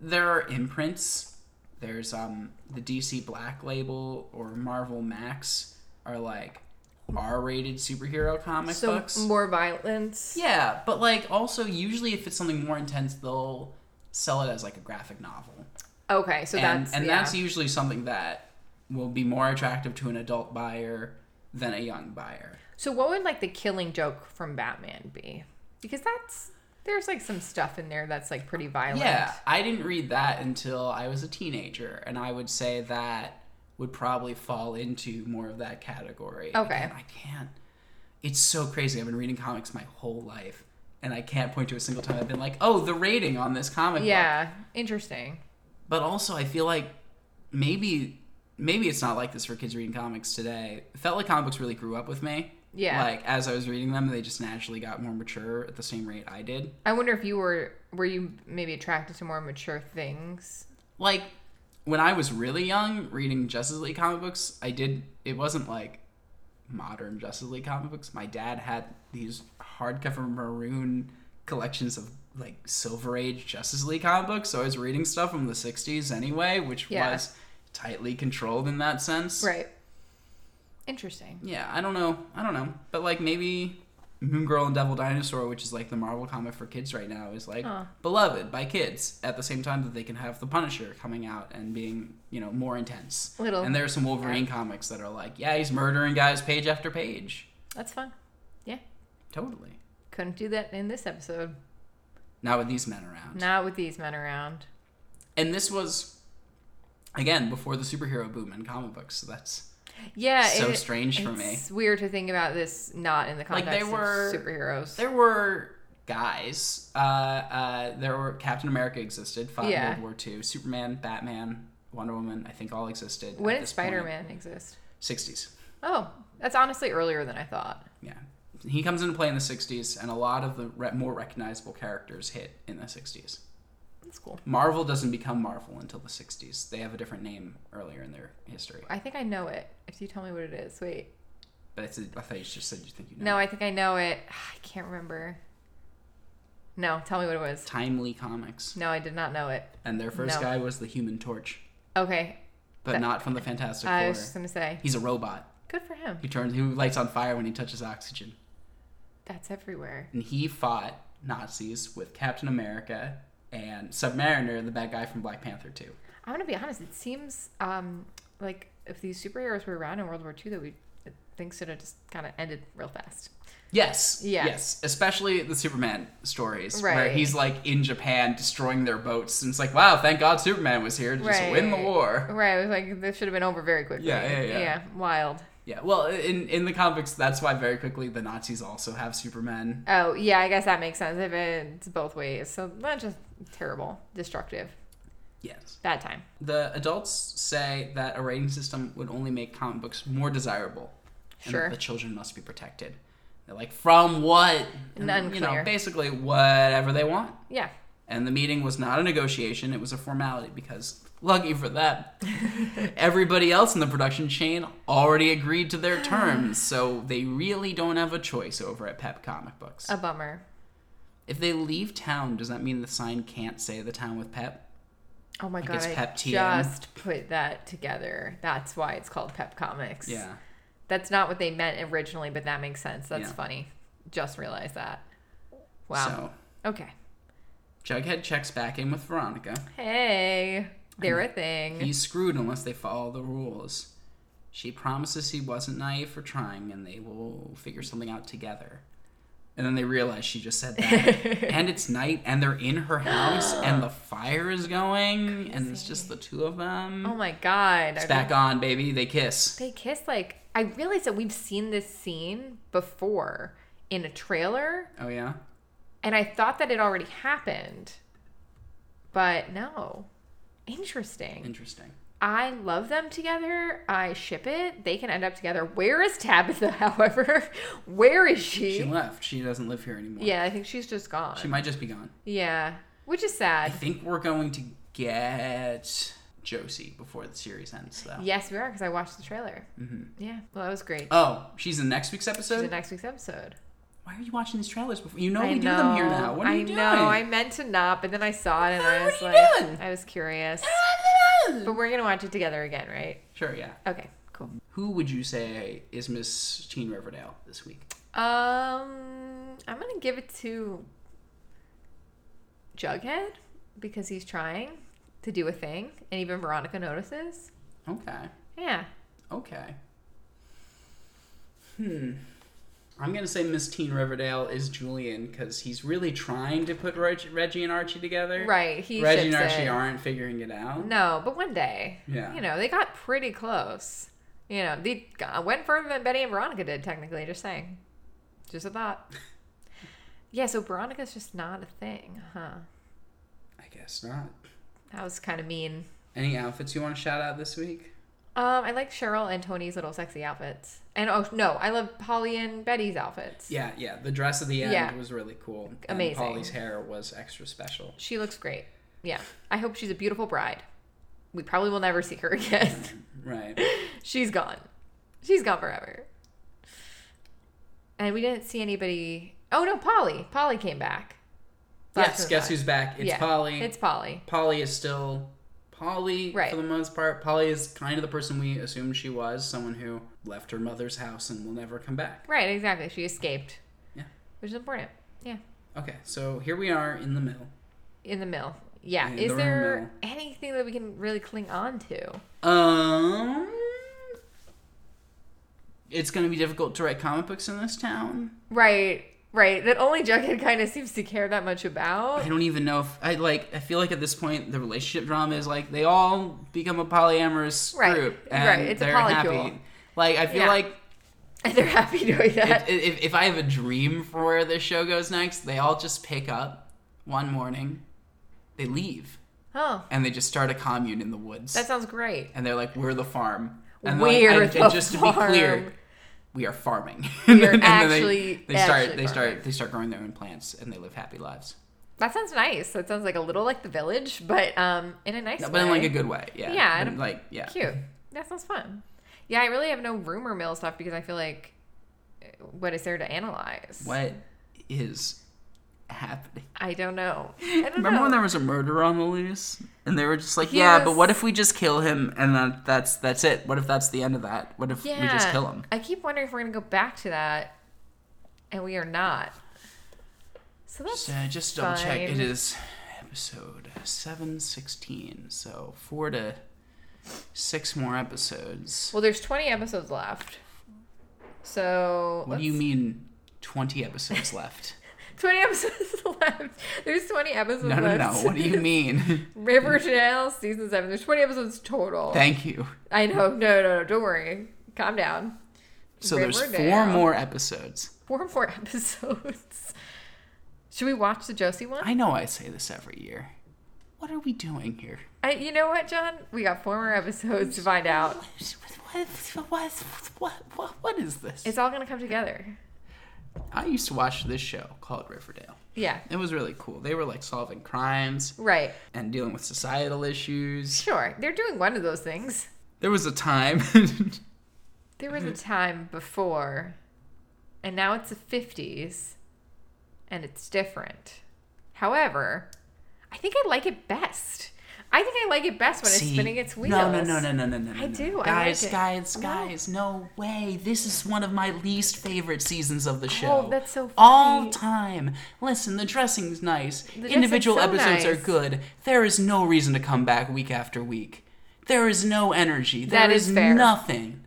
B: There are imprints. There's um the DC Black Label or Marvel Max are like R-rated superhero comic
C: So
B: books.
C: more violence.
B: yeah, but like also usually if it's something more intense, they'll sell it as like a graphic novel
C: Okay, so
B: and,
C: that's
B: and
C: yeah.
B: that's usually something that will be more attractive to an adult buyer than a young buyer.
C: So what would like the killing joke from Batman be? Because that's there's like some stuff in there that's like pretty violent.
B: Yeah, I didn't read that until I was a teenager, and I would say that would probably fall into more of that category.
C: Okay.
B: Again, I can't. It's so crazy. I've been reading comics my whole life, and I can't point to a single time I've been like, "Oh, the rating on this comic." book."
C: Yeah. Interesting.
B: but also I feel like maybe maybe it's not like this for kids reading comics today. It felt like comic books really grew up with me.
C: Yeah.
B: Like as I was reading them, they just naturally got more mature at the same rate I did.
C: I wonder if you were were you maybe attracted to more mature things?
B: Like when I was really young, reading Justice League comic books, I did. It wasn't like modern Justice League comic books. My dad had these hardcover maroon collections of like Silver Age Justice League comic books. So I was reading stuff from the '60s anyway, which
C: Yeah.
B: was tightly controlled in that sense.
C: Right. Interesting.
B: Yeah, I don't know. I don't know. But like maybe Moon Girl and Devil Dinosaur, which is like the Marvel comic for kids right now, is like
C: Huh.
B: beloved by kids at the same time that they can have the Punisher coming out and being, you know, more intense.
C: Little.
B: And there are some Wolverine comics that are like, yeah, he's murdering guys page after page.
C: That's fun. Yeah.
B: Totally.
C: Couldn't do that in this episode.
B: Not with these men around.
C: Not with these men around.
B: And this was again before the superhero boom in comic books, so that's
C: Yeah,
B: So strange for me.
C: It's weird to think about this not in the
B: Like,
C: context
B: they were-
C: of superheroes.
B: There were guys. Uh, uh, there were Captain America existed, fought
C: Yeah.
B: in World War II. Superman, Batman, Wonder Woman, I think all existed.
C: When did Spider Man exist?
B: Sixties.
C: Oh, that's honestly earlier than I thought.
B: Yeah, he comes into play in the '60s, and a lot of the re- more recognizable characters hit in the '60s.
C: That's cool.
B: Marvel doesn't become Marvel until the '60s. They have a different name earlier in their history.
C: I think I know it. If you tell me what it is, wait.
B: But it's, I thought you just said you think you know.
C: No, I think I know it. I can't remember. No, tell me what it was.
B: Timely Comics,
C: No, I did not know it.
B: and their first
C: No.
B: guy was the Human Torch,
C: Okay,
B: but
C: That-
B: not from the Fantastic
C: I
B: Four.
C: was just gonna say,
B: He's a robot.
C: good for him.
B: He turns. Who lights on fire when he touches oxygen.
C: That's everywhere.
B: and he fought Nazis with Captain America and Submariner, the bad guy from Black Panther 2.
C: I'm gonna be honest. It seems um like if these superheroes were around in World War II, that we things should have just kind of ended real fast.
B: Yes.
C: Yeah.
B: Yes. Especially the Superman stories where
C: Right.
B: he's like in Japan destroying their boats and it's like, wow, thank God Superman was here to just win the
C: Right.
B: war.
C: Right. It was like this should have been over very quickly.
B: Oh. Yeah, yeah, yeah.
C: Yeah. Wild.
B: Yeah. Well, in in the comics, that's why very quickly the Nazis also have Superman.
C: Oh yeah, I guess that makes sense if it's both ways. So that's just terrible, destructive.
B: Yes.
C: Bad time.
B: The adults say that a rating system would only make comic books more desirable. And
C: Sure.
B: that the children must be protected. They're like, from what?
C: None
B: you know,
C: clear.
B: basically whatever they want.
C: Yeah.
B: And the meeting was not a negotiation, it was a formality because lucky for them, everybody else in the production chain already agreed to their terms, so they really don't have a choice over at Pep Comic Books.
C: A bummer.
B: if they leave town, does that mean the sign can't say the town with Pep?
C: Oh my
B: it's
C: god! I
B: Pep TM.
C: just put that together. That's why it's called Pep Comics.
B: Yeah.
C: That's not what they meant originally, but that makes sense. That's
B: Yeah.
C: funny. Just realized that. Wow. Okay.
B: So Jughead checks back in with Veronica.
C: Hey, they're a thing.
B: He's screwed unless they follow the rules. She promises he wasn't naive for trying and they will figure something out together. And then they realize she just said that. and it's night and they're in her house and the fire is going and it's just the two of them.
C: oh my god.
B: it's
C: Are
B: back on, baby. They kiss.
C: They kiss like I realize that we've seen this scene before in a trailer,
B: Oh, yeah?
C: and I thought that it already happened. But no. Interesting.
B: Interesting.
C: I love them together. I ship it. They can end up together. Where is Tabitha, however? Where is she?
B: She left. She doesn't live here anymore.
C: yeah, I think she's just gone.
B: She might just be gone.
C: yeah. Which is
B: I
C: sad.
B: think we're going to get Josie before the series ends, though.
C: Yes, we are, because I watched the trailer.
B: Mm-hmm.
C: Yeah. Well, that was great.
B: Oh, she's in next week's episode?
C: She's in next week's episode.
B: Why are you watching these trailers before? You know
C: I
B: we do them here now. What are
C: I
B: you doing?
C: know. I meant to not, but then I saw it and I
B: What
C: was
B: are you
C: like,
B: doing?
C: I was curious. But we're gonna watch it together again, right?
B: Sure, yeah.
C: Okay, cool.
B: Who would you say is Miss Teen Riverdale this week?
C: Um, I'm gonna give it to Jughead because he's trying to do a thing, and even Veronica notices.
B: Okay.
C: Yeah.
B: Okay. Hmm. I'm going to say Miss Teen Riverdale is Julian because he's really trying to put Reg- Reggie and Archie together.
C: Right. He
B: Reggie
C: ships
B: and Archie
C: it.
B: aren't figuring it out.
C: No, but one day.
B: Yeah.
C: You know, they got pretty close. You know, they got- went further than Betty and Veronica did, technically, just saying. Just a thought. yeah, so Veronica's just not a thing, huh?
B: I guess not.
C: That was kind of mean.
B: Any outfits you want to shout out this week?
C: Um, I like Cheryl and Tony's little sexy outfits. And oh no, I love Polly and Betty's outfits.
B: Yeah, yeah. The dress at the end
C: Yeah.
B: was really cool.
C: Amazing.
B: And Polly's hair was extra special.
C: She looks great. Yeah. I hope she's a beautiful bride. We probably will never see her again.
B: Right.
C: She's gone. She's gone forever. And we didn't see anybody. Oh no, Polly. Polly came back.
B: yes,
C: Last
B: guess
C: of the
B: who's back? It's
C: Yeah,
B: Polly.
C: It's Polly.
B: Polly is still Polly
C: Right.
B: for the most part. Polly is kind of the person we assumed she was, someone who left her mother's house and will never come back.
C: Right, exactly. She escaped.
B: Yeah.
C: Which is important. Yeah.
B: Okay, so here we are in the mill.
C: In the mill. Yeah.
B: In
C: is
B: the
C: there anything that we can really cling on to?
B: Um It's gonna be difficult to write comic books in this town.
C: Right. Right. That only Jughead kind of seems to care that much
B: I
C: about.
B: don't even know if I like I feel like at this point the relationship drama is like they all become a polyamorous
C: Right,
B: group and
C: right, it's a
B: they're
C: polycule.
B: happy. Like I feel
C: Yeah.
B: like
C: And they're happy doing that.
B: if, if, if I have a dream for where this show goes next, they all just pick up one morning, they leave,
C: oh.
B: and they just start a commune in the woods.
C: That sounds great.
B: and they're like, "We're the farm." And they're like-
C: Weird.
B: and, and just to be clear, we are farming. and
C: You're
B: they,
C: actually-
B: they start
C: actually
B: they start
C: farming.
B: they start growing their own plants and they live happy lives,
C: That sounds nice. That sounds like a little like the village, but um, in a nice
B: No,
C: way.
B: but in like a good way. Yeah.
C: Yeah,
B: And,
C: and-
B: like yeah.
C: cute. That sounds fun. Yeah, I really have no rumor mill stuff because I feel like uh, what is there to analyze?
B: What is happening?
C: I don't know. I don't
B: Remember
C: know.
B: when there was a murder on the loose, and they were just like,
C: He
B: "Yeah, but
C: was-
B: what if we just kill him, and that, that's that's it? What if that's the end of that? What if we just kill him?"
C: I keep wondering if we're gonna go back to that, and we are not. So that's
B: Just, uh, just double check. It
C: fine.
B: is episode seven sixteen, so four to six more episodes.
C: well. There's 20 episodes left. So
B: what do you
C: let's-
B: mean, twenty episodes left?
C: 20 episodes left. There's 20 episodes
B: no, no,
C: left.
B: no. What do you mean?
C: Riverdale season seven. There's 20 episodes total.
B: Thank you.
C: I know. No, no, no. Don't worry. Calm down.
B: So there's four
C: Riverdale.
B: more episodes.
C: Four more episodes. Should we watch the Josie one?
B: I know I say this every year. what are we doing here?
C: I, you know what, John? We got four more episodes to find out.
B: What, what, what, what, what, what is this?
C: It's all gonna come together.
B: I used to watch this show called Riverdale.
C: Yeah.
B: It was really cool. They were like solving crimes
C: Right.
B: and dealing with societal issues.
C: Sure. They're doing one of those things.
B: There was a time.
C: There was
B: Mm-hmm.
C: a time before, and now it's the 50s, and it's different. However, I think I like it best. I think I like it best when it's
B: See?
C: spinning its wheels.
B: No, no, no, no, no, no, no.
C: I
B: no.
C: do, I
B: Guys,
C: like it.
B: guys,
C: No.
B: guys. No way. This is one of my least favorite seasons of the show.
C: Oh, that's so funny.
B: All time. Listen, the dressing's nice.
C: dressing's
B: Individual
C: so
B: episodes are
C: nice.
B: good. There is no reason to come back week after week. There is no energy. There
C: That is fair.
B: nothing.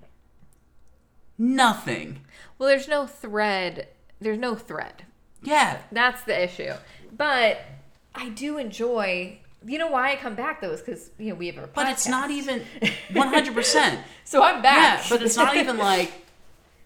B: Nothing.
C: Well, there's no thread. There's no thread.
B: Yeah.
C: That's the issue. But I do enjoy. You know why I come back though is because you know we have our.
B: But it's not
C: podcast.
B: even 100%.
C: So I'm
B: Yeah,
C: back.
B: but it's not even like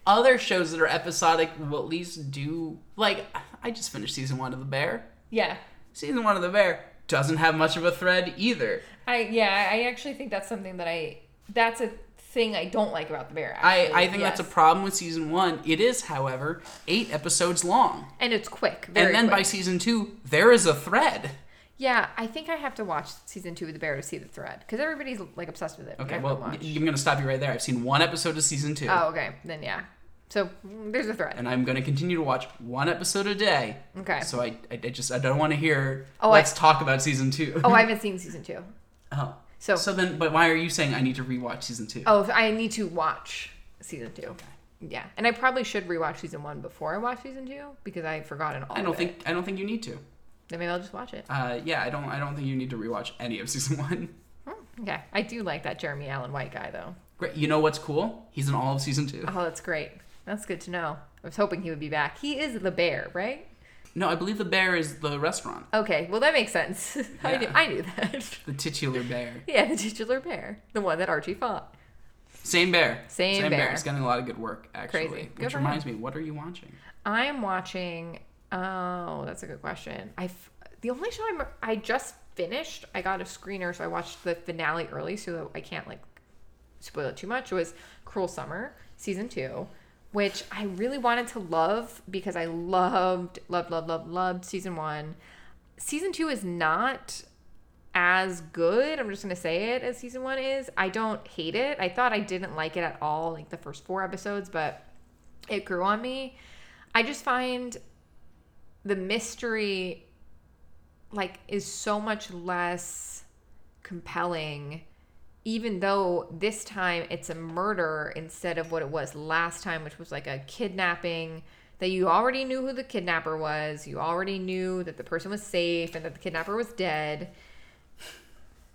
B: other shows that are episodic will at least do like I just finished season one of The Bear.
C: yeah.
B: Season one of The Bear doesn't have much of a thread either.
C: I yeah, I I actually think that's something that I that's a thing I don't like about the bear.
B: I,
C: actually.
B: I think that's
C: Yes.
B: a problem with season one. It is, however, eight episodes long.
C: and it's quick. Very
B: and then by
C: quick.
B: season two, there is a thread.
C: yeah, I think I have to watch season two of the bear to see the thread because everybody's like obsessed with it.
B: Okay,
C: Everyone
B: well,
C: watched.
B: y- I'm going to stop you right there. I've seen one episode of season two,
C: oh okay, then yeah. So mm, there's a thread.
B: and I'm going to continue to watch one episode a day.
C: okay.
B: So I, I I just I don't want to hear.
C: Oh, I-
B: let's talk about season two.
C: oh, I haven't seen season two.
B: oh.
C: So,
B: So then, but why are you saying I need to rewatch season two?
C: oh, I need to watch season two. Yeah, and I probably should rewatch season one before I watch season two because I had forgotten all.
B: I
C: of
B: don't
C: it.
B: think I don't think you need to.
C: Then maybe I'll just watch it.
B: Uh, yeah, I don't I don't think you need to rewatch any of season one.
C: Hmm, Okay, I do like that Jeremy Allen White guy though.
B: Great. You know what's cool? He's in all of season two.
C: Oh, that's great. That's good to know. I was hoping he would be back. He is the bear, right?
B: No, I believe the bear is the restaurant,
C: Okay, well that makes sense. I, knew,
B: Yeah.
C: I knew that.
B: the titular bear.
C: yeah, the titular bear, the one that Archie fought.
B: Same bear.
C: Same bear.
B: He's getting a lot of good work actually.
C: Crazy. Good
B: Which
C: for
B: reminds me, what are you watching?
C: I'm watching. Oh, that's a good question. I have the only show I'm I just finished. I got a screener, so I watched the finale early, so I can't like spoil it too much. Was Cruel Summer season two, which I really wanted to love because I loved loved loved loved loved season one. Season two is not as good. I'm just gonna say it as season one is. I don't hate it. I thought I didn't like it at all, like the first four episodes, but it grew on me. I just find the mystery like is so much less compelling even though this time it's a murder instead of what it was last time which was like a kidnapping that you already knew who the kidnapper was you already knew that the person was safe and that the kidnapper was dead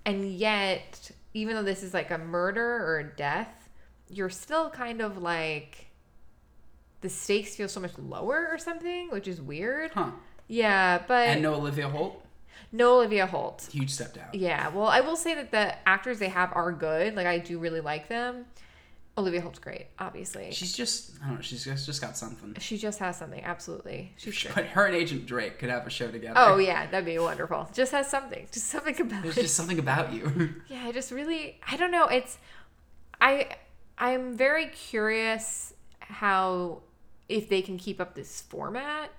C: and yet even though this is like a murder or a death you're still kind of like the stakes feel so much lower or something which is weird
B: Huh?
C: yeah but
B: And no Olivia Holt.
C: no Olivia Holt.
B: Huge step down.
C: Yeah, well, I will say that the actors they have are good. Like I do really like them. Olivia Holt's great, obviously.
B: She's just I don't know. She's just, just got something.
C: she just has something, absolutely. She's great.
B: But her and Agent Drake could have a show together.
C: Oh yeah, that'd be wonderful. Just has something, just something about
B: There's
C: it.
B: just something about you.
C: Yeah, I just really, I don't know. It's, I, I'm very curious how if they can keep up this format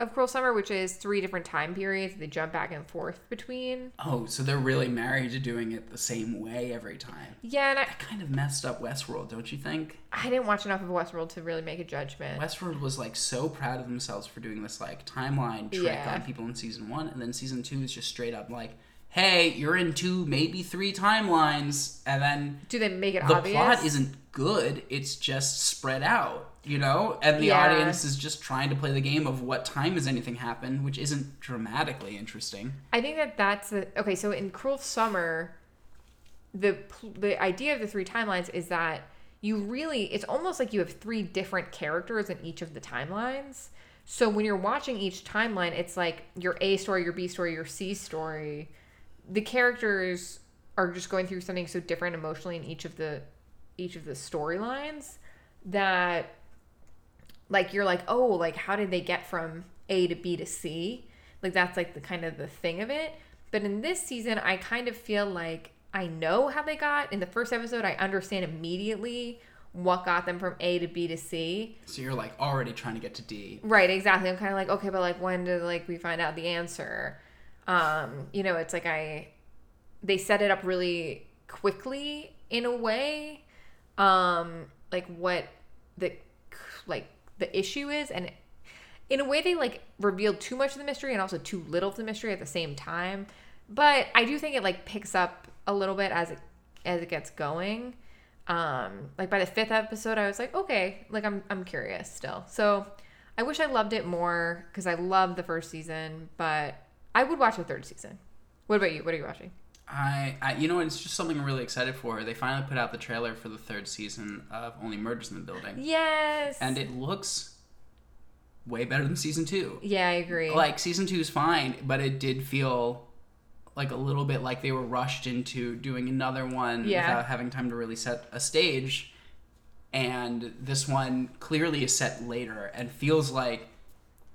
C: of Cruel Summer, which is three different time periods they jump back and forth between.
B: Oh, so they're really married to doing it the same way every time.
C: Yeah, and I,
B: That kind of messed up Westworld, don't you think?
C: I didn't watch enough of Westworld to really make a judgment.
B: Westworld was like so proud of themselves for doing this like timeline trick
C: Yeah.
B: on people in season one, and then season two is just straight up like, "Hey, you're in two, maybe three timelines," and then
C: Do they make it
B: the
C: obvious?
B: plot isn't good; it's just spread out, you know. And the
C: Yeah.
B: audience is just trying to play the game of what time has anything happened, which isn't dramatically interesting.
C: I think that that's the okay. So in Cruel Summer, the pl- the idea of the three timelines is that you really it's almost like you have three different characters in each of the timelines. So when you're watching each timeline, it's like your A story, your B story, your C story. The characters are just going through something so different emotionally in each of the each of the storylines that like you're like oh like how did they get from a to b to c like that's like the kind of the thing of it But in this season, I kind of feel like I know how they got. In the first episode, I understand immediately what got them from A to B to C.
B: So you're like already trying to get to D.
C: Right, exactly. I'm kind of like, okay, but like when did like we find out the answer? Um, you know, it's like I they set it up really quickly in a way um like what the like the issue is and in a way they like revealed too much of the mystery and also too little of the mystery at the same time but i do think it like picks up a little bit as it as it gets going um like by the fifth episode i was like okay like i'm i'm curious still so i wish i loved it more because i loved the first season but i would watch a third season what about you what are you watching
B: I, I you know it's just something I'm really excited for. They finally put out the trailer for the third season of Only Murders in the Building,
C: yes
B: and it looks way better than season two.
C: yeah i agree
B: Like season two is fine, but it did feel like a little bit like they were rushed into doing another one
C: Yeah.
B: without having time to really set a stage. And this one clearly is set later and feels like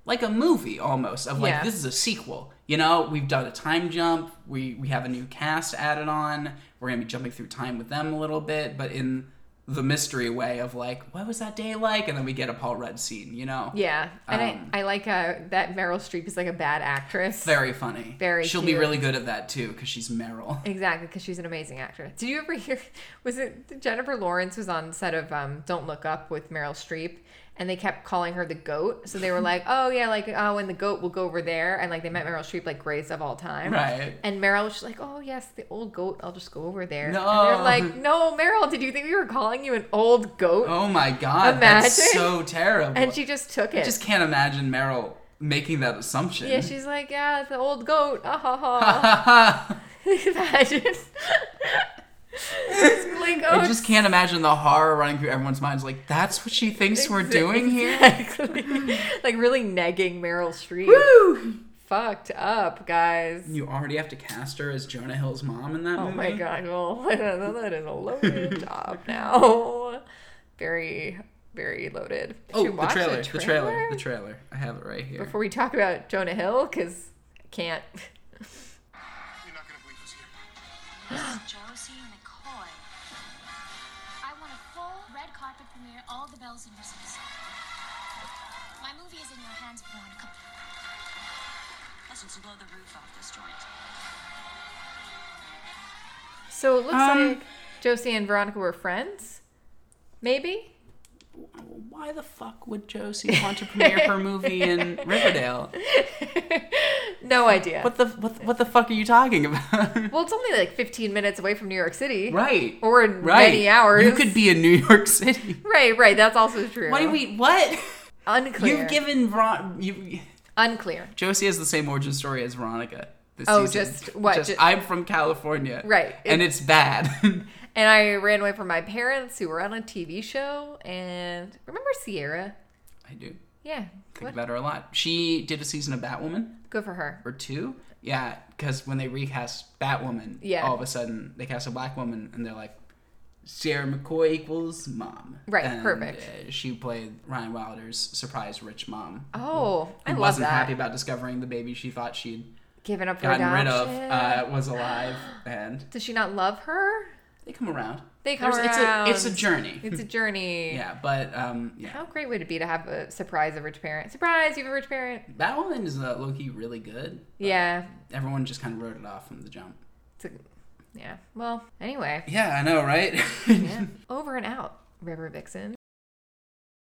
B: like a movie almost of like
C: Yeah.
B: this is a sequel. You know, we've done a time jump. We we have a new cast added on. We're gonna be jumping through time with them a little bit, but in the mystery way of like, what was that day like? And then we get a Paul Rudd scene. You know,
C: Yeah, and
B: Um,
C: I, I like uh, that Meryl Streep is like a bad actress. Exactly, 'cause
B: Very funny.
C: Very
B: She'll be
C: cute.
B: really good at that too, because she's Meryl.
C: Exactly, because she's an amazing actress. Did you ever hear? Was it Jennifer Lawrence was on set of um, Don't Look Up with Meryl Streep, and they kept calling her the goat. So they were like, "Oh yeah, like oh, and the goat will go over there," and like they met Meryl Streep like greatest of all time.
B: Right.
C: And Meryl was just like, "Oh yes, the old goat. I'll just go over there."
B: No.
C: And they're like, "No, Meryl, did you think we were calling you an old goat?"
B: Oh my god, that's
C: Imagine.
B: so terrible.
C: And she just took it.
B: I just can't imagine Meryl making that assumption.
C: yeah, she's like, "Yeah, it's the old goat." Ah ha ha.
B: I
C: Imagine. It's like, oh,
B: just can't imagine the horror running through everyone's minds. Like, that's what she thinks we're
C: exa-
B: doing here?
C: exactly. like really negging Meryl Streep.
B: Woo!
C: Fucked up, guys.
B: You already have to cast her as Jonah Hill's mom in that
C: Oh
B: movie?
C: my god, well, that is a loaded job now. Very, very loaded.
B: Oh,
C: Should
B: the
C: watch
B: trailer, the trailer, the trailer. I have it right here.
C: Before we talk about Jonah Hill, because can't.
D: You're not gonna believe who's here.
E: Josie McCoy. I want a full red carpet premiere, all the bells and whistles. My movie is in your hands, Veronica. Let's just blow the roof off this joint.
C: So it looks
B: Um,
C: like Josie and Veronica were friends. Maybe.
B: Why the fuck would Josie want to premiere her movie in Riverdale?
C: No idea.
B: What the what, what the fuck are you talking about?
C: Well, it's only like 15 minutes away from New York City.
B: Right.
C: Or in many hours.
B: You could be in New York City.
C: Right, right. That's also true.
B: Why do we? What?
C: Unclear.
B: You've given Veron. You,
C: Unclear.
B: Josie has the same origin story as Veronica. This
C: Oh,
B: season.
C: just- what, ju-
B: I'm from California.
C: Right.
B: and it's bad.
C: And I ran away from my parents who were on a TV show. And remember Sierra?
B: I do
C: Yeah.
B: think
C: What?
B: about her a lot. She did a season of Batwoman
C: Good for her.
B: or two. Yeah, because when they recast Batwoman,
C: Yeah.
B: all of a sudden they cast a black woman, and they're like. Sierra McCoy equals mom.
C: Right,
B: And,
C: perfect.
B: uh, she played Ryan Wilder's surprise rich mom.
C: Oh, I
B: who
C: love
B: Mm-hmm. wasn't
C: that.
B: happy about discovering the baby she thought she'd
C: Given up for
B: gotten rid of
C: adoption.
B: uh, was alive, and
C: Does she not love her?
B: they come around.
C: They come
B: There's-
C: around.
B: It's a, it's a journey.
C: It's a journey.
B: yeah, but um, yeah,
C: How great would it be to have a surprise of rich parent? Surprise, you have a rich parent.
B: Batwoman is uh, Loki really good. but
C: Yeah.
B: everyone just kind of wrote it off from the jump.
C: It's a, yeah. Well, anyway.
B: Yeah, I know, right?
C: Yeah. Over and out, River Vixen.